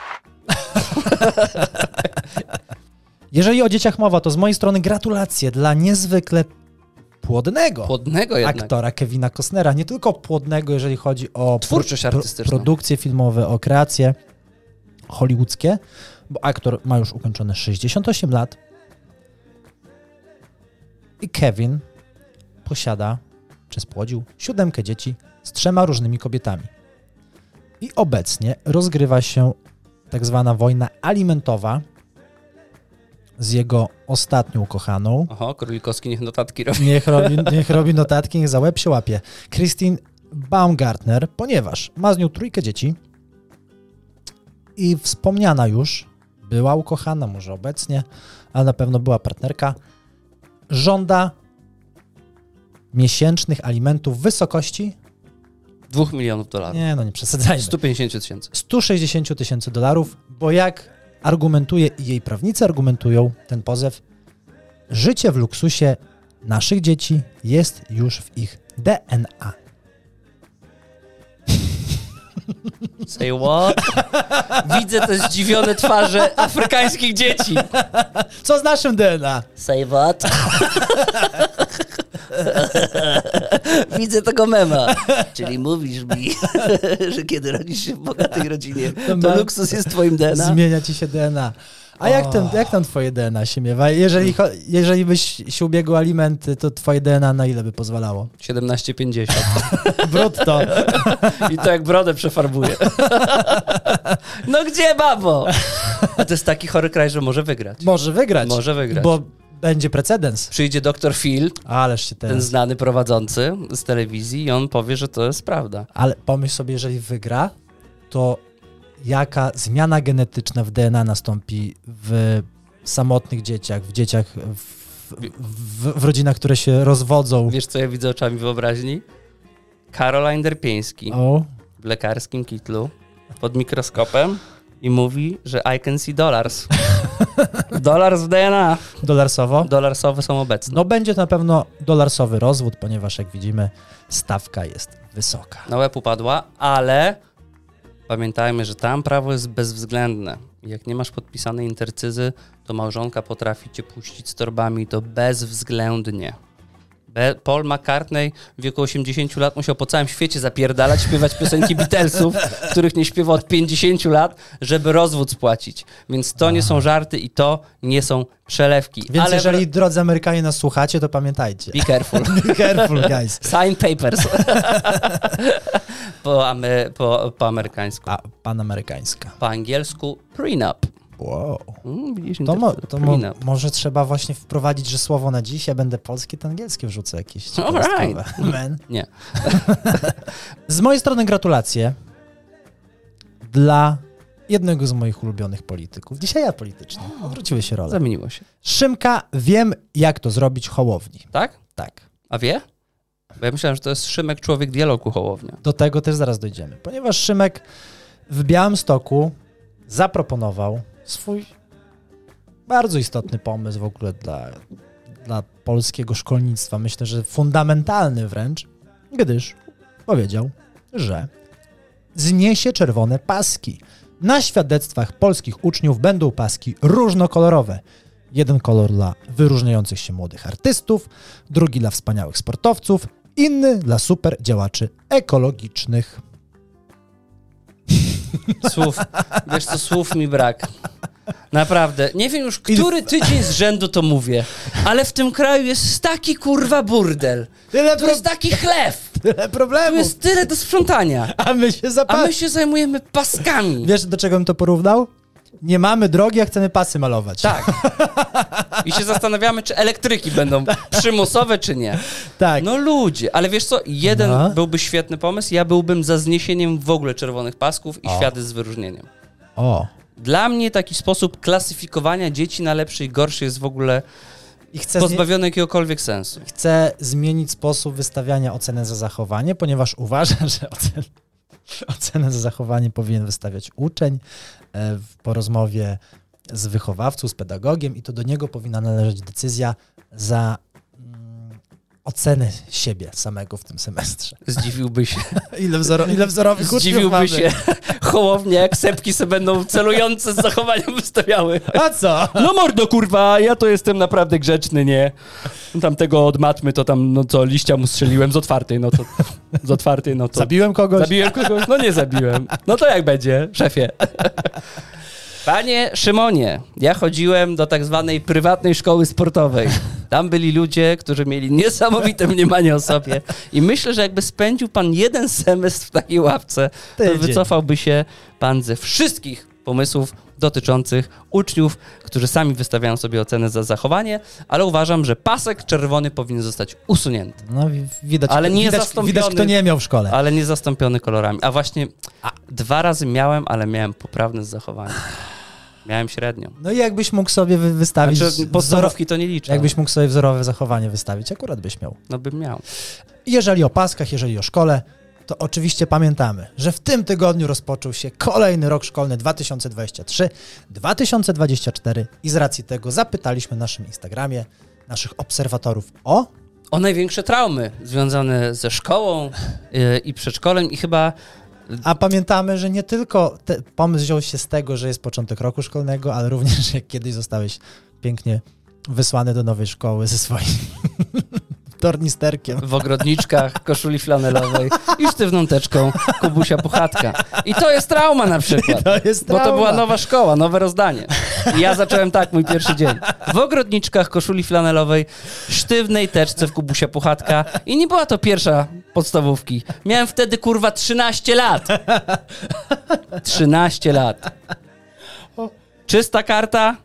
S2: [LAUGHS] Jeżeli o dzieciach mowa, to z mojej strony gratulacje dla niezwykle płodnego.
S1: Płodnego jednak.
S2: aktora Kevina Costnera, nie tylko płodnego, jeżeli chodzi o
S1: Twórczość artystyczną.
S2: produkcje filmowe, o kreacje hollywoodzkie, bo aktor ma już ukończone 68 lat i Kevin posiada, czy spłodził, siódemkę dzieci z trzema różnymi kobietami. I obecnie rozgrywa się tak zwana wojna alimentowa z jego ostatnią kochaną,
S1: Oho, Królikowski niech notatki robi.
S2: Niech robi, niech robi notatki, niech za łeb się łapie. Christine Baumgartner, ponieważ ma z nią trójkę dzieci i wspomniana już, była ukochana, może obecnie, ale na pewno była partnerka, żąda miesięcznych alimentów w wysokości,
S1: Dwóch milionów dolarów.
S2: nie no nie przesadzajmy,
S1: 150 tysięcy.
S2: 160 000 tysięcy dolarów, bo jak argumentuje i jej prawnicy argumentują ten pozew, życie w luksusie naszych dzieci jest już w ich DNA.
S1: Say what? Widzę te zdziwione twarze afrykańskich [LAUGHS] dzieci.
S2: Co z naszym DNA?
S1: Say what? Widzę tego mema. Czyli mówisz mi, [LAUGHS] że kiedy rodzisz się w bogatej rodzinie,
S2: ma-
S1: to luksus jest twoim DNA?
S2: Zmienia ci się DNA. A jak, ten, jak tam twoje DNA się miewa? Jeżeli, cho- jeżeli byś się ubiegł alimenty, to twoje DNA na ile by pozwalało?
S1: 17,50. [LAUGHS]
S2: Brutto.
S1: I to jak brodę przefarbuje. [LAUGHS] No gdzie, babo? A to jest taki chory kraj, że może wygrać.
S2: Może wygrać.
S1: Może wygrać.
S2: Bo będzie precedens.
S1: Przyjdzie doktor Phil,
S2: Ależ się
S1: ten
S2: teraz...
S1: znany prowadzący z telewizji i on powie, że to jest prawda.
S2: Ale pomyśl sobie, jeżeli wygra, to jaka zmiana genetyczna w DNA nastąpi w samotnych dzieciach, w dzieciach, w, w, w rodzinach, które się rozwodzą.
S1: Wiesz, co ja widzę oczami wyobraźni? Caroline Derpieński
S2: O,
S1: w lekarskim kitlu pod mikroskopem i mówi, że I can see dollars. Dollars w DNA.
S2: dolarsowo.
S1: Dolarsowe są obecne.
S2: No będzie to na pewno dolarsowy rozwód, ponieważ jak widzimy stawka jest wysoka.
S1: na łeb upadła, ale pamiętajmy, że tam prawo jest bezwzględne. Jak nie masz podpisanej intercyzy, to małżonka potrafi cię puścić z torbami i to bezwzględnie. Be- Paul McCartney w wieku 80 lat musiał po całym świecie zapierdalać, śpiewać
S2: [LAUGHS]
S1: piosenki Beatlesów, których nie śpiewa od 50 lat, żeby rozwód spłacić. Więc to nie są żarty i to nie są przelewki.
S2: Więc
S1: Ale
S2: jeżeli drodzy Amerykanie nas słuchacie, to pamiętajcie.
S1: Be
S2: [LAUGHS]
S1: careful.
S2: Be careful, guys.
S1: Sign papers. [LAUGHS] po, ame- po, po amerykańsku.
S2: A, pan amerykańska.
S1: Po angielsku prenup.
S2: Wow.
S1: Mm, widzisz,
S2: To, mo,
S1: internet-
S2: to mo,
S1: prenup.
S2: może trzeba właśnie wprowadzić, że słowo na dziś, ja będę polski, to angielskie wrzucę jakieś. ciekawostkowe.
S1: right.
S2: Man.
S1: [LAUGHS] Nie.
S2: Z mojej strony gratulacje dla jednego z moich ulubionych polityków. Dzisiaj ja polityczny. Odwróciły się role.
S1: Zamieniło się.
S2: Szymka, wiem jak to zrobić hołowni.
S1: Tak?
S2: Tak.
S1: A wie? Bo ja myślałem, że to jest Szymek Człowiek Dialogu Hołownia.
S2: Do tego też zaraz dojdziemy, ponieważ Szymek w Białymstoku zaproponował swój bardzo istotny pomysł w ogóle dla, dla polskiego szkolnictwa. Myślę, że fundamentalny wręcz, gdyż powiedział, że zniesie czerwone paski. Na świadectwach polskich uczniów będą paski różnokolorowe. Jeden kolor dla wyróżniających się młodych artystów, drugi dla wspaniałych sportowców, inny dla super działaczy ekologicznych. [LAUGHS]
S1: Słów, wiesz co, słów mi brak. Naprawdę. Nie wiem już, który tydzień z rzędu to mówię, ale w tym kraju jest taki kurwa burdel.
S2: Tyle,
S1: Tu jest taki chlew.
S2: tyle
S1: Tu
S2: problemów,
S1: jest tyle do sprzątania.
S2: a my się
S1: A
S2: zapadamy.
S1: my się zajmujemy paskami.
S2: Wiesz, do czego bym to porównał? Nie mamy drogi, a chcemy pasy malować.
S1: Tak. I się zastanawiamy, czy elektryki będą przymusowe, czy nie.
S2: tak.
S1: No ludzie, ale wiesz co, jeden
S2: No.
S1: byłby świetny pomysł, ja byłbym za zniesieniem w ogóle czerwonych pasków i światy z wyróżnieniem.
S2: O.
S1: Dla mnie taki sposób klasyfikowania dzieci na lepszy i gorszy jest w ogóle
S2: I chcę, zmi-
S1: pozbawiony jakiegokolwiek sensu.
S2: chcę zmienić sposób wystawiania oceny za zachowanie, ponieważ uważam, [LAUGHS] że ocen, ocenę za zachowanie powinien wystawiać uczeń e, w- po rozmowie z wychowawcą, z pedagogiem i to do niego powinna należeć decyzja za mm, oceny siebie samego w tym
S1: [LAUGHS]
S2: semestrze.
S1: Zdziwiłby się.
S2: Ile, wzoro, ile wzorowych uczniów mamy?
S1: Zdziwiłby się. [LAUGHS] Hołownie, jak sepki se będą celujące z zachowaniem wystawiały.
S2: [LAUGHS] A co?
S1: No mordo kurwa, ja to jestem naprawdę grzeczny, nie? Tam tego od matmy to tam, no co, liścia mu strzeliłem z otwartej, no to... Z otwartej, no to...
S2: Zabiłem kogoś?
S1: Zabiłem kogoś? No nie zabiłem. No to jak będzie, szefie? [LAUGHS] Panie Szymonie, ja chodziłem do tak zwanej prywatnej szkoły sportowej. Tam byli ludzie, którzy mieli niesamowite mniemanie o sobie. I myślę, że jakby spędził pan jeden semestr w takiej ławce, to
S2: Tydzień.
S1: wycofałby się pan ze wszystkich pomysłów dotyczących uczniów, którzy sami wystawiają sobie ocenę za zachowanie, ale uważam, że pasek czerwony powinien zostać usunięty.
S2: No wi- widać,
S1: Ale nie
S2: widać,
S1: zastąpiony.
S2: widać kto nie miał w szkole.
S1: Ale nie zastąpiony kolorami. A właśnie a, dwa razy miałem, ale miałem poprawne zachowanie. Miałem średnią.
S2: No i jakbyś mógł sobie wy- wystawić
S1: Znaczy,
S2: wzoro-
S1: podstawówki to nie liczę.
S2: jakbyś mógł sobie wzorowe zachowanie wystawić, akurat byś miał.
S1: No bym miał.
S2: Jeżeli o paskach, jeżeli o szkole, to oczywiście pamiętamy, że w tym tygodniu rozpoczął się kolejny rok szkolny 2023-2024 i z racji tego zapytaliśmy na naszym Instagramie naszych obserwatorów o
S1: O największe traumy związane ze szkołą y, i przedszkolem i chyba
S2: A pamiętamy, że nie tylko te, pomysł wziął się z tego, że jest początek roku szkolnego, ale również jak kiedyś zostałeś pięknie wysłany do nowej szkoły ze swoim [LAUGHS] tornisterkiem.
S1: w ogrodniczkach,
S2: [LAUGHS]
S1: koszuli flanelowej i sztywną teczką Kubusia Puchatka. I to jest trauma na przykład.
S2: To jest
S1: Bo to
S2: trauma.
S1: była nowa szkoła, nowe rozdanie. I ja zacząłem tak mój pierwszy dzień. W ogrodniczkach, koszuli flanelowej, sztywnej teczce w Kubusia Puchatka i nie była to pierwsza podstawówki. Miałem wtedy kurwa 13 lat. 13 lat. Czysta karta.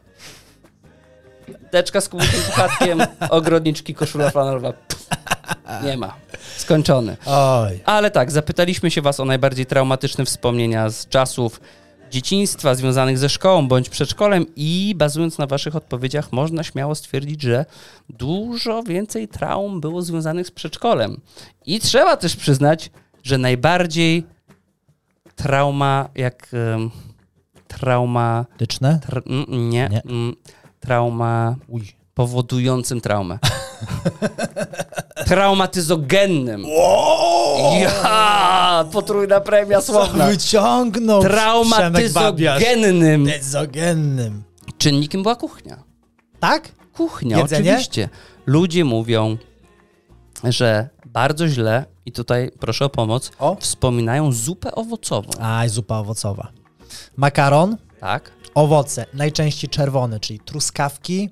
S1: Teczka z Kubusiem Puchatkiem, ogrodniczki, koszula flanelowa. Pff, Nie ma. Skończony.
S2: Oj.
S1: Ale tak, zapytaliśmy się Was o najbardziej traumatyczne wspomnienia z czasów dzieciństwa związanych ze szkołą bądź przedszkolem i bazując na Waszych odpowiedziach można śmiało stwierdzić, że dużo więcej traum było związanych z przedszkolem. I trzeba też przyznać, że najbardziej trauma jak... em, trauma...
S2: Tyczne?
S1: Tr- mm, mm, nie.
S2: Nie.
S1: Mm, trauma
S2: Uj.
S1: powodującym traumę. [LAUGHS] Traumatyzogennym. Ja! Potrójna premia słowna.
S2: Wyciągnął Przemek Babiarz.
S1: Traumatyzogennym
S2: Dezogennym.
S1: czynnikiem była kuchnia.
S2: Tak?
S1: Kuchnia,
S2: Jedzenie?
S1: oczywiście. Ludzie mówią, że bardzo źle, i tutaj proszę o pomoc,
S2: O.
S1: wspominają zupę owocową.
S2: Aj, zupa owocowa. Makaron,
S1: Tak?
S2: owoce, najczęściej czerwone, czyli truskawki,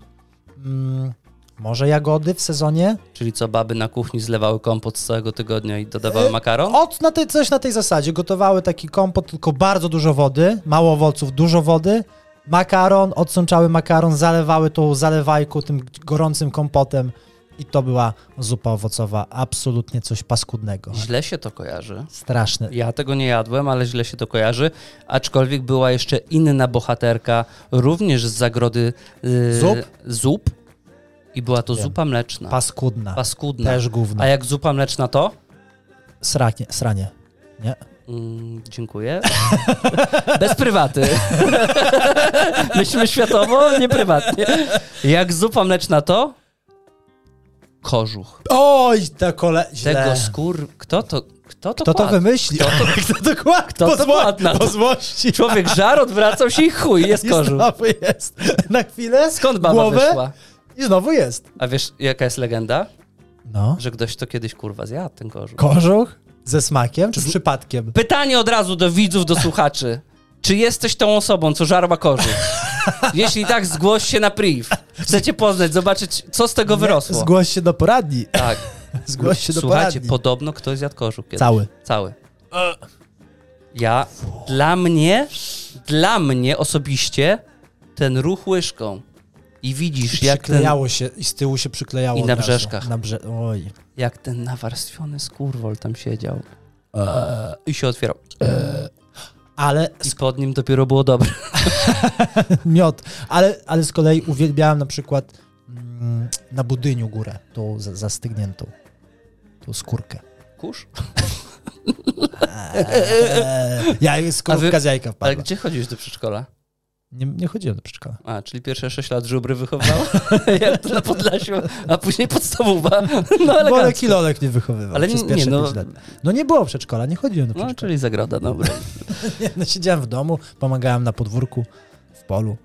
S2: mm, może jagody w sezonie.
S1: Czyli co, baby na kuchni zlewały kompot z całego tygodnia i dodawały makaron?
S2: Od, na tej, coś na tej zasadzie. Gotowały taki kompot, tylko bardzo dużo wody, mało owoców, dużo wody. Makaron, odsączały makaron, zalewały tą zalewajką, tym gorącym kompotem i to była zupa owocowa. Absolutnie coś paskudnego.
S1: Źle się to kojarzy.
S2: Straszne.
S1: Ja tego nie jadłem, ale źle się to kojarzy. Aczkolwiek była jeszcze inna bohaterka, również z zagrody yy,
S2: Zup?
S1: zup. I była to
S2: Wiem.
S1: zupa mleczna.
S2: Paskudna.
S1: paskudna.
S2: Też gówno.
S1: A jak zupa mleczna to?
S2: Sranie, sranie. Nie?
S1: Mm, dziękuję. [LAUGHS] Bez prywaty. [LAUGHS] Myślmy światowo, nie prywatnie. Jak zupa mleczna to? Kożuch.
S2: Oj, ta kole... Źle.
S1: Tego skór... Kto to? Kto to,
S2: Kto to
S1: kładł?
S2: wymyślił? [LAUGHS] Kto to, kładł?
S1: Kto to
S2: Po zło-
S1: kładł na to?
S2: Po złości.
S1: Człowiek żar, odwracał się i chuj, jest
S2: I
S1: korzu.
S2: znowu jest. [LAUGHS] Na chwilę
S1: Skąd baba
S2: głowę
S1: wyszła?
S2: i znowu jest.
S1: A wiesz, jaka jest legenda?
S2: No.
S1: Że ktoś to kiedyś, kurwa, zjadł ten korzu.
S2: Korzuch ze smakiem czy przypadkiem?
S1: Pytanie od razu do widzów, do słuchaczy. Czy jesteś tą osobą, co żarła korzu? Jeśli tak, zgłoś się na priv. Chcecie poznać, zobaczyć, co z tego wyrosło.
S2: Zgłoś się do poradni.
S1: tak.
S2: Zgłoś się do
S1: Słuchajcie,
S2: poradni.
S1: podobno ktoś zjadł korzu kiedyś.
S2: Cały.
S1: Cały. Ja, dla mnie, dla mnie osobiście ten ruch łyżką i widzisz, jak ten,
S2: Przyklejało się i z tyłu się przyklejało.
S1: I
S2: od
S1: na
S2: razu.
S1: brzeszkach.
S2: Na brze... Oj.
S1: jak ten nawarstwiony skurwol tam siedział. I się otwierał.
S2: Ale
S1: I pod nim dopiero było dobre.
S2: miot. Ale, ale z kolei uwielbiałem na przykład mm, na budyniu górę, tą za- zastygniętą. Tą skórkę.
S1: Kurz?
S2: Eee, ja, skórka
S1: E, A wy-
S2: z jajka wpadła.
S1: Ale gdzie chodzisz do przedszkola?
S2: Nie, nie chodziłem do przedszkola.
S1: A, czyli pierwsze 6 lat żubry [LAUGHS] wychowała? Jak to na Podlasiu, a później podstawowa. No ale
S2: Bolek i Lolek nie wychowywał
S1: Ale
S2: ale przez
S1: nie,
S2: pierwsze
S1: no-
S2: pięć lat. No nie było przedszkola, nie chodziłem do
S1: No,
S2: przedszkola.
S1: czyli zagroda, dobra.
S2: Nie, no, siedziałem w domu, pomagałem na podwórku, w polu,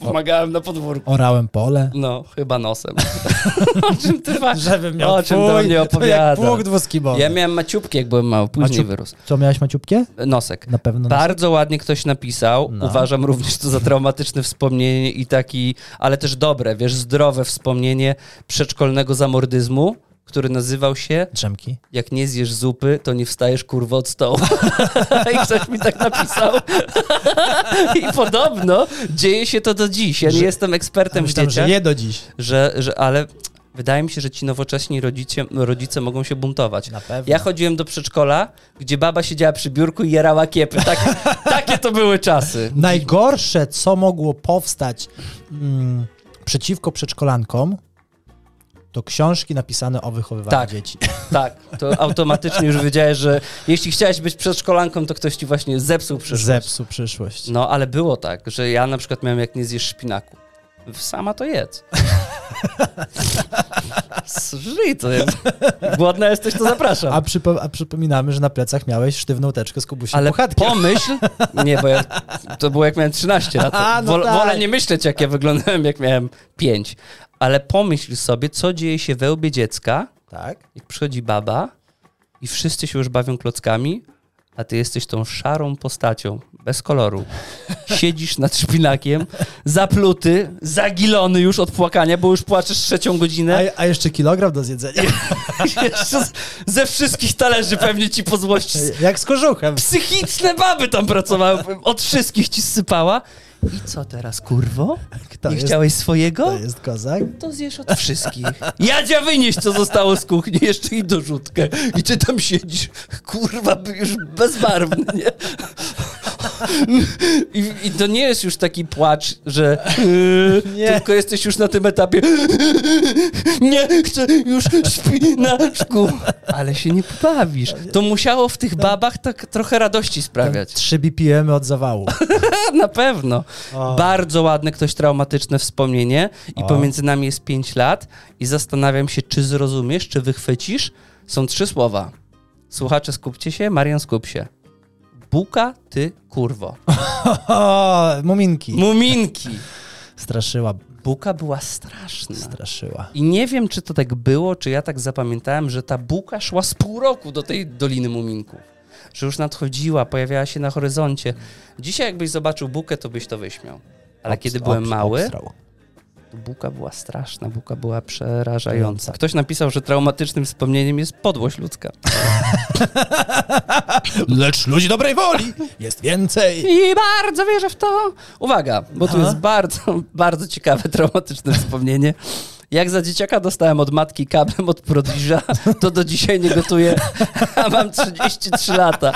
S1: Pomagałem na podwórku.
S2: orałem pole.
S1: No, chyba nosem. [LAUGHS] o czym ty masz?
S2: Żebym miał
S1: O czym to
S2: twój,
S1: mnie
S2: to jak
S1: opowiadał.
S2: pług dwuskibowy.
S1: Ja miałem maciupki, jak byłem mały, później
S2: Maciup-
S1: wyrósł.
S2: Co, miałeś maciupkie?
S1: Nosek.
S2: Na pewno. na-
S1: Bardzo ładnie ktoś napisał.
S2: No.
S1: Uważam również to za traumatyczne wspomnienie i taki, ale też dobre, wiesz, zdrowe wspomnienie przedszkolnego zamordyzmu, który nazywał się
S2: Drzemki.
S1: Jak nie zjesz zupy, to nie wstajesz kurwo od stołu. [LAUGHS] I ktoś mi tak napisał. [LAUGHS] I podobno dzieje się to do dziś. Ja nie
S2: Że-
S1: jestem ekspertem w
S2: Myślałem,
S1: dzieciach,
S2: że je do dziś.
S1: że, że, ale wydaje mi się, że ci nowocześni rodzice, rodzice mogą się buntować.
S2: Na pewno.
S1: Ja chodziłem do przedszkola, gdzie baba siedziała przy biurku i jarała kiepy. Tak, takie to były czasy.
S2: Najgorsze, co mogło powstać mm, przeciwko przedszkolankom, to książki napisane o wychowywaniu
S1: Tak.
S2: dzieci.
S1: Tak, to automatycznie już wiedziałeś, że jeśli chciałeś być przedszkolanką, to ktoś ci właśnie zepsuł [LAUGHS] przyszłość.
S2: Zepsuł przyszłość.
S1: No, ale było tak, że ja na przykład miałem, jak nie zjesz szpinaku. Sama to jedz. Żyj to. jest. Głodna jesteś, to zapraszam.
S2: A, przypo- a przypominamy, że na plecach miałeś sztywną teczkę z kubusiem
S1: Ale
S2: puchatkiem.
S1: pomyśl. [LAUGHS] Nie, bo ja, to było jak miałem 13 lat.
S2: A, no
S1: Wol,
S2: tak.
S1: Wolę nie myśleć, jak ja wyglądałem, jak miałem 5. Ale pomyśl sobie, co dzieje się we łbie dziecka,
S2: Tak?
S1: jak przychodzi baba i wszyscy się już bawią klockami, a ty jesteś tą szarą postacią, bez koloru. Siedzisz nad szpinakiem, zapluty, zagilony już od płakania, bo już płaczesz trzecią godzinę. [LAUGHS]
S2: A, a jeszcze kilogram do zjedzenia.
S1: Jeszcze z- ze wszystkich talerzy pewnie ci po złości
S2: Jak z kożuchem.
S1: psychiczne baby tam pracowały, powiem, od wszystkich ci sypała. I co teraz, kurwo?
S2: Kto
S1: Nie
S2: jest-
S1: chciałeś swojego?
S2: To
S1: To,
S2: jest kozak.
S1: zjesz od wszystkich. [LAUGHS] Jadzia wynieś, co zostało z kuchni, jeszcze i dorzutkę. I ty tam siedzisz, kurwa, już bezbarwny, nie? I, I to nie jest już taki płacz, że yy,
S2: Nie.
S1: tylko jesteś już na tym etapie nie chcę już szpinaczku. Ale się nie pobawisz. To musiało w tych babach tak trochę radości sprawiać.
S2: 3 BPM y od zawału. [LAUGHS]
S1: [LAUGHS] Na pewno. Bardzo ładne, ktoś traumatyczne wspomnienie i
S2: O.
S1: pomiędzy nami jest 5 lat i zastanawiam się, czy zrozumiesz, czy wychwycisz. Są trzy słowa. Słuchacze, skupcie się. Marian, skup się. Buka, ty, kurwo.
S2: O, muminki.
S1: Muminki.
S2: Straszyła,
S1: Buka była straszna.
S2: straszyła.
S1: I nie wiem, czy to tak było, czy ja tak zapamiętałem, że ta buka szła z pół roku do tej Doliny Muminków. Że już nadchodziła, pojawiała się na horyzoncie. Dzisiaj jakbyś zobaczył bukę, to byś to wyśmiał. Ale
S2: Obst-
S1: kiedy byłem
S2: obst-
S1: mały,
S2: obstrał.
S1: to buka była straszna, buka była przerażająca. Ktoś napisał, że traumatycznym wspomnieniem jest podłość ludzka.
S2: Lecz ludzi dobrej woli jest
S1: [LAUGHS]
S2: więcej.
S1: I bardzo wierzę w to. Uwaga, bo tu
S2: Aha.
S1: jest bardzo, bardzo ciekawe, traumatyczne wspomnienie. Jak za dzieciaka dostałem od matki kablem od prodiża, to do dzisiaj nie gotuję, a mam 33 lata.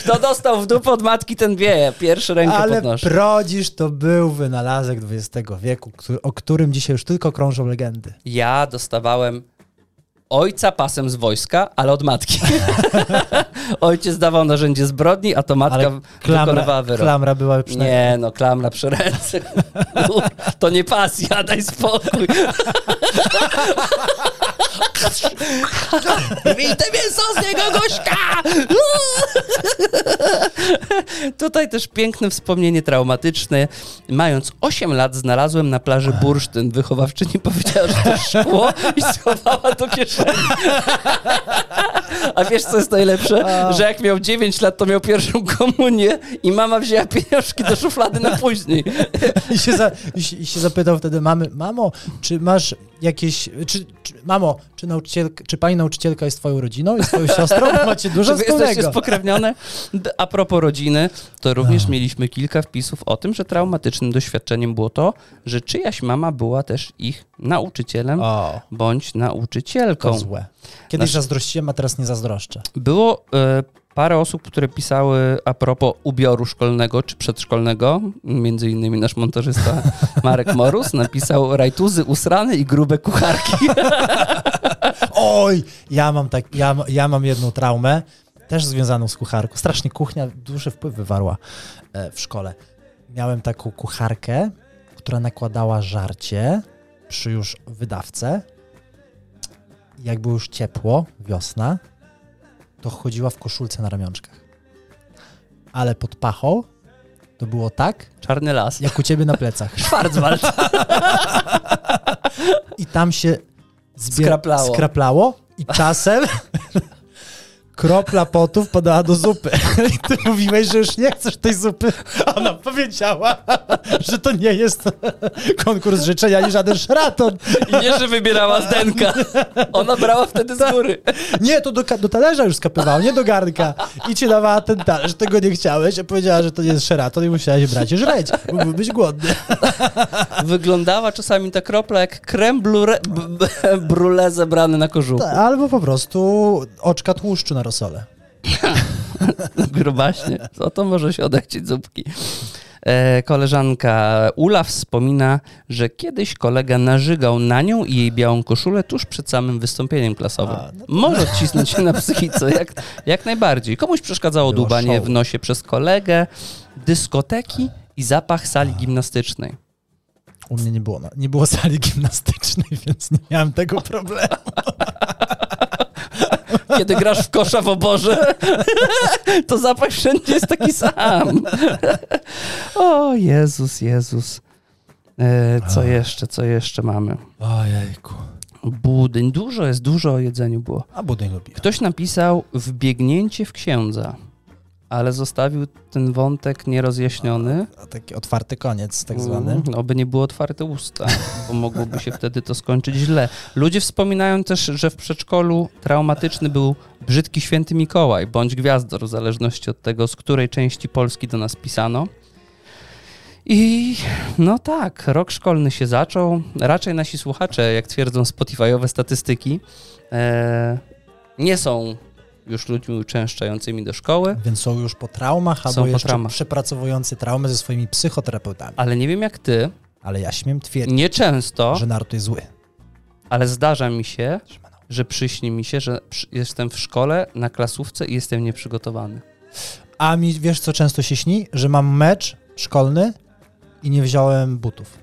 S1: Kto dostał w dupę od matki, ten wie. Pierwszy rękę
S2: Ale
S1: podnoszę.
S2: prodzisz to był wynalazek XX wieku, który, o którym dzisiaj już tylko krążą legendy.
S1: Ja dostawałem ojca pasem z wojska, ale od
S2: [LAUGHS]
S1: matki. Ojciec dawał narzędzie zbrodni, a to matka
S2: Ale
S1: w- wykonywała
S2: klamra,
S1: wyrok.
S2: klamra była przynajmniej. [LAUGHS]
S1: Nie, no klamra przy ręce. [LAUGHS] To nie pasja, daj spokój. Wyjdę mięso z niego, gośka! [LAUGHS] Tutaj też piękne wspomnienie traumatyczne. Mając 8 lat znalazłem na plaży bursztyn. Wychowawczyni powiedziała, że to szkło i schowała do kieszeni. A wiesz, co jest najlepsze? Że jak miał 9 lat, to miał pierwszą komunię i mama wzięła pieniążki do szuflady na później.
S2: I się, za, i, się, I się zapytał wtedy mamy, mamo, czy masz jakieś, czy, czy mamo, czy, nauczycielka, czy pani nauczycielka jest twoją rodziną i twoją
S1: [LAUGHS]
S2: siostrą? Bo Macie dużo
S1: Czy wy jesteście
S2: wspólnego.
S1: spokrewnione? [LAUGHS] No. D- A propos rodziny, to również mieliśmy kilka wpisów o tym, że traumatycznym doświadczeniem było to, że czyjaś mama była też ich nauczycielem
S2: O,
S1: bądź nauczycielką.
S2: to złe. Kiedyś
S1: Nasz-
S2: zazdrościłem, a teraz nie zazdroszczę.
S1: Było e, parę osób, które pisały a propos ubioru szkolnego czy przedszkolnego, między innymi nasz [LAUGHS] montażysta Marek Morus napisał rajtuzy usrane i grube [LAUGHS] kucharki.
S2: Oj, ja mam tak, ja, ma- ja mam jedną traumę, też związaną z kucharką. Strasznie kuchnia duży wpływ wywarła e, w szkole. Miałem taką kucharkę, która nakładała żarcie przy już wydawce. Jak było już ciepło, wiosna, to chodziła w koszulce na ramionczkach. Ale pod pachą to było tak,
S1: Czarny las.
S2: jak u ciebie na plecach.
S1: Schwarzwald.
S2: i tam się zbier-
S1: Skraplało.
S2: skraplało i czasem [LAUGHS] kropla potów padała do zupy. [LAUGHS] I ty mówiłeś, że już nie chcesz tej zupy. a Ona powiedziała, że to nie jest konkurs życzeń ani żaden szraton.
S1: I nie, że [LAUGHS] wybierała zdenka. Tak. Ona brała wtedy z góry.
S2: Nie, to do, ka- do talerza już skapywało, nie do garnka. I ci dawała ten talerz, tego nie chciałeś, a powiedziała, że to nie jest szeraton i musiałeś brać i żreć, bo byłbyś głodny.
S1: Wyglądała czasami ta kropla jak krem blure, b, b, brule zebrany na kożuchu. [LAUGHS]
S2: Tak, Albo po prostu oczka tłuszczu na rosole.
S1: Grubaśnie. O to może się odechcieć zupki. E, koleżanka Ula wspomina, że kiedyś kolega narzygał na nią i jej białą koszulę tuż przed samym wystąpieniem klasowym. Może odcisnąć się na psychice, jak, jak najbardziej. Komuś przeszkadzało
S2: Było
S1: dłubanie
S2: show.
S1: w nosie przez kolegę, dyskoteki i zapach sali gimnastycznej.
S2: U mnie nie było, na- nie było sali gimnastycznej, [LAUGHS] więc nie miałem tego problemu.
S1: kiedy grasz w kosza w oborze, [LAUGHS] to zapach wszędzie jest taki sam. O Jezus, Jezus. E, co jeszcze, co jeszcze mamy?
S2: Ojejku.
S1: Budyń. Dużo jest, dużo o jedzeniu było.
S2: A budyń lubię.
S1: Ktoś napisał wbiegnięcie w księdza, ale zostawił ten wątek nierozjaśniony.
S2: A taki otwarty koniec tak zwany.
S1: Mm, No, by nie były otwarte usta, bo mogłoby się wtedy to skończyć źle. Ludzie wspominają też, że w przedszkolu traumatyczny był brzydki święty Mikołaj bądź gwiazdor, w zależności od tego, z której części Polski do nas pisano. I no tak, rok szkolny się zaczął. Raczej nasi słuchacze, jak twierdzą Spotify'owe statystyki, e, nie są już ludźmi uczęszczającymi do szkoły.
S2: Więc są już po traumach, albo
S1: po
S2: jeszcze
S1: traumach.
S2: przepracowujący traumy ze swoimi psychoterapeutami.
S1: Ale nie wiem jak ty,
S2: Ale ja śmiem twierdzić,
S1: nieczęsto,
S2: że Naruto jest zły.
S1: ale zdarza mi się,
S2: Szymano.
S1: że przyśni mi się, że przy- jestem w szkole, na klasówce i jestem nieprzygotowany.
S2: A mi, wiesz co często się śni? Że mam mecz szkolny i nie wziąłem butów.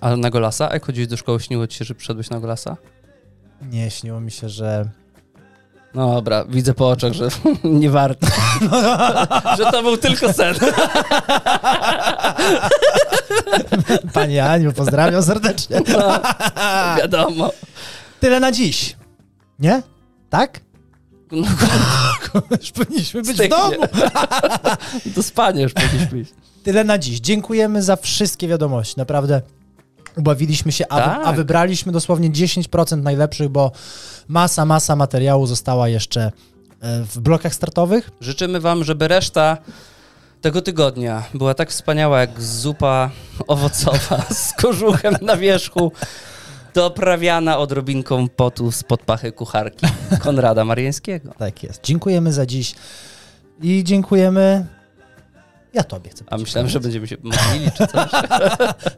S1: Ale na Golasa? Jak chodziłeś do szkoły, śniło ci się, że przyszedłeś na Golasa?
S2: Nie, śniło mi się, że...
S1: No dobra, widzę po oczach, że [LAUGHS] nie warto. że to był tylko [LAUGHS] sen.
S2: Panie Aniu, pozdrawiam serdecznie.
S1: No, wiadomo.
S2: Tyle na dziś. Nie? Tak?
S1: No,
S2: [LAUGHS] Już powinniśmy być w
S1: Styknie.
S2: domu.
S1: [LAUGHS] to spanie już powinniśmy iść.
S2: Tyle na dziś. Dziękujemy za wszystkie wiadomości. Naprawdę ubawiliśmy się, a, wy-
S1: Tak.
S2: a wybraliśmy dosłownie 10% najlepszych, bo masa, masa materiału została jeszcze e, w blokach startowych.
S1: Życzymy wam, żeby reszta tego tygodnia była tak wspaniała jak zupa owocowa [LAUGHS] z kożuchem na wierzchu, doprawiana odrobinką potu spod pachy kucharki Konrada Mariańskiego.
S2: Tak jest. Dziękujemy za dziś i dziękujemy... Ja tobie chcę
S1: A
S2: podziękować. [LAUGHS]
S1: myślałem, że będziemy się modlili, czy co?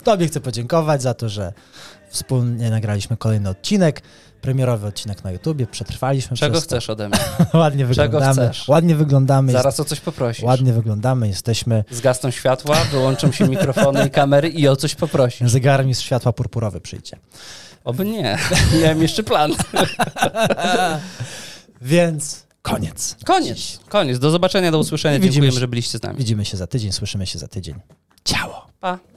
S2: Tobie chcę podziękować za to, że Wspólnie nagraliśmy kolejny odcinek, premierowy odcinek na YouTubie, przetrwaliśmy
S1: Czego
S2: przez
S1: chcesz ode mnie?
S2: to. [LAUGHS] Ładnie wyglądamy.
S1: chcesz?
S2: Ładnie wyglądamy,
S1: Zaraz o coś poprosisz.
S2: jest, ładnie wyglądamy, jesteśmy.
S1: Zgasną światła, wyłączą się mikrofony i kamery i o coś poprosisz.
S2: Zegarmistrz światła purpurowy przyjdzie.
S1: Oby nie. Miałem jeszcze plan.
S2: Więc
S1: [LAUGHS]
S2: koniec.
S1: Koniec. Koniec. Do zobaczenia, do usłyszenia.
S2: Widzimy
S1: Dziękujemy,
S2: się.
S1: że byliście z nami.
S2: Widzimy się za tydzień, słyszymy się za tydzień. Ciało.
S1: Pa.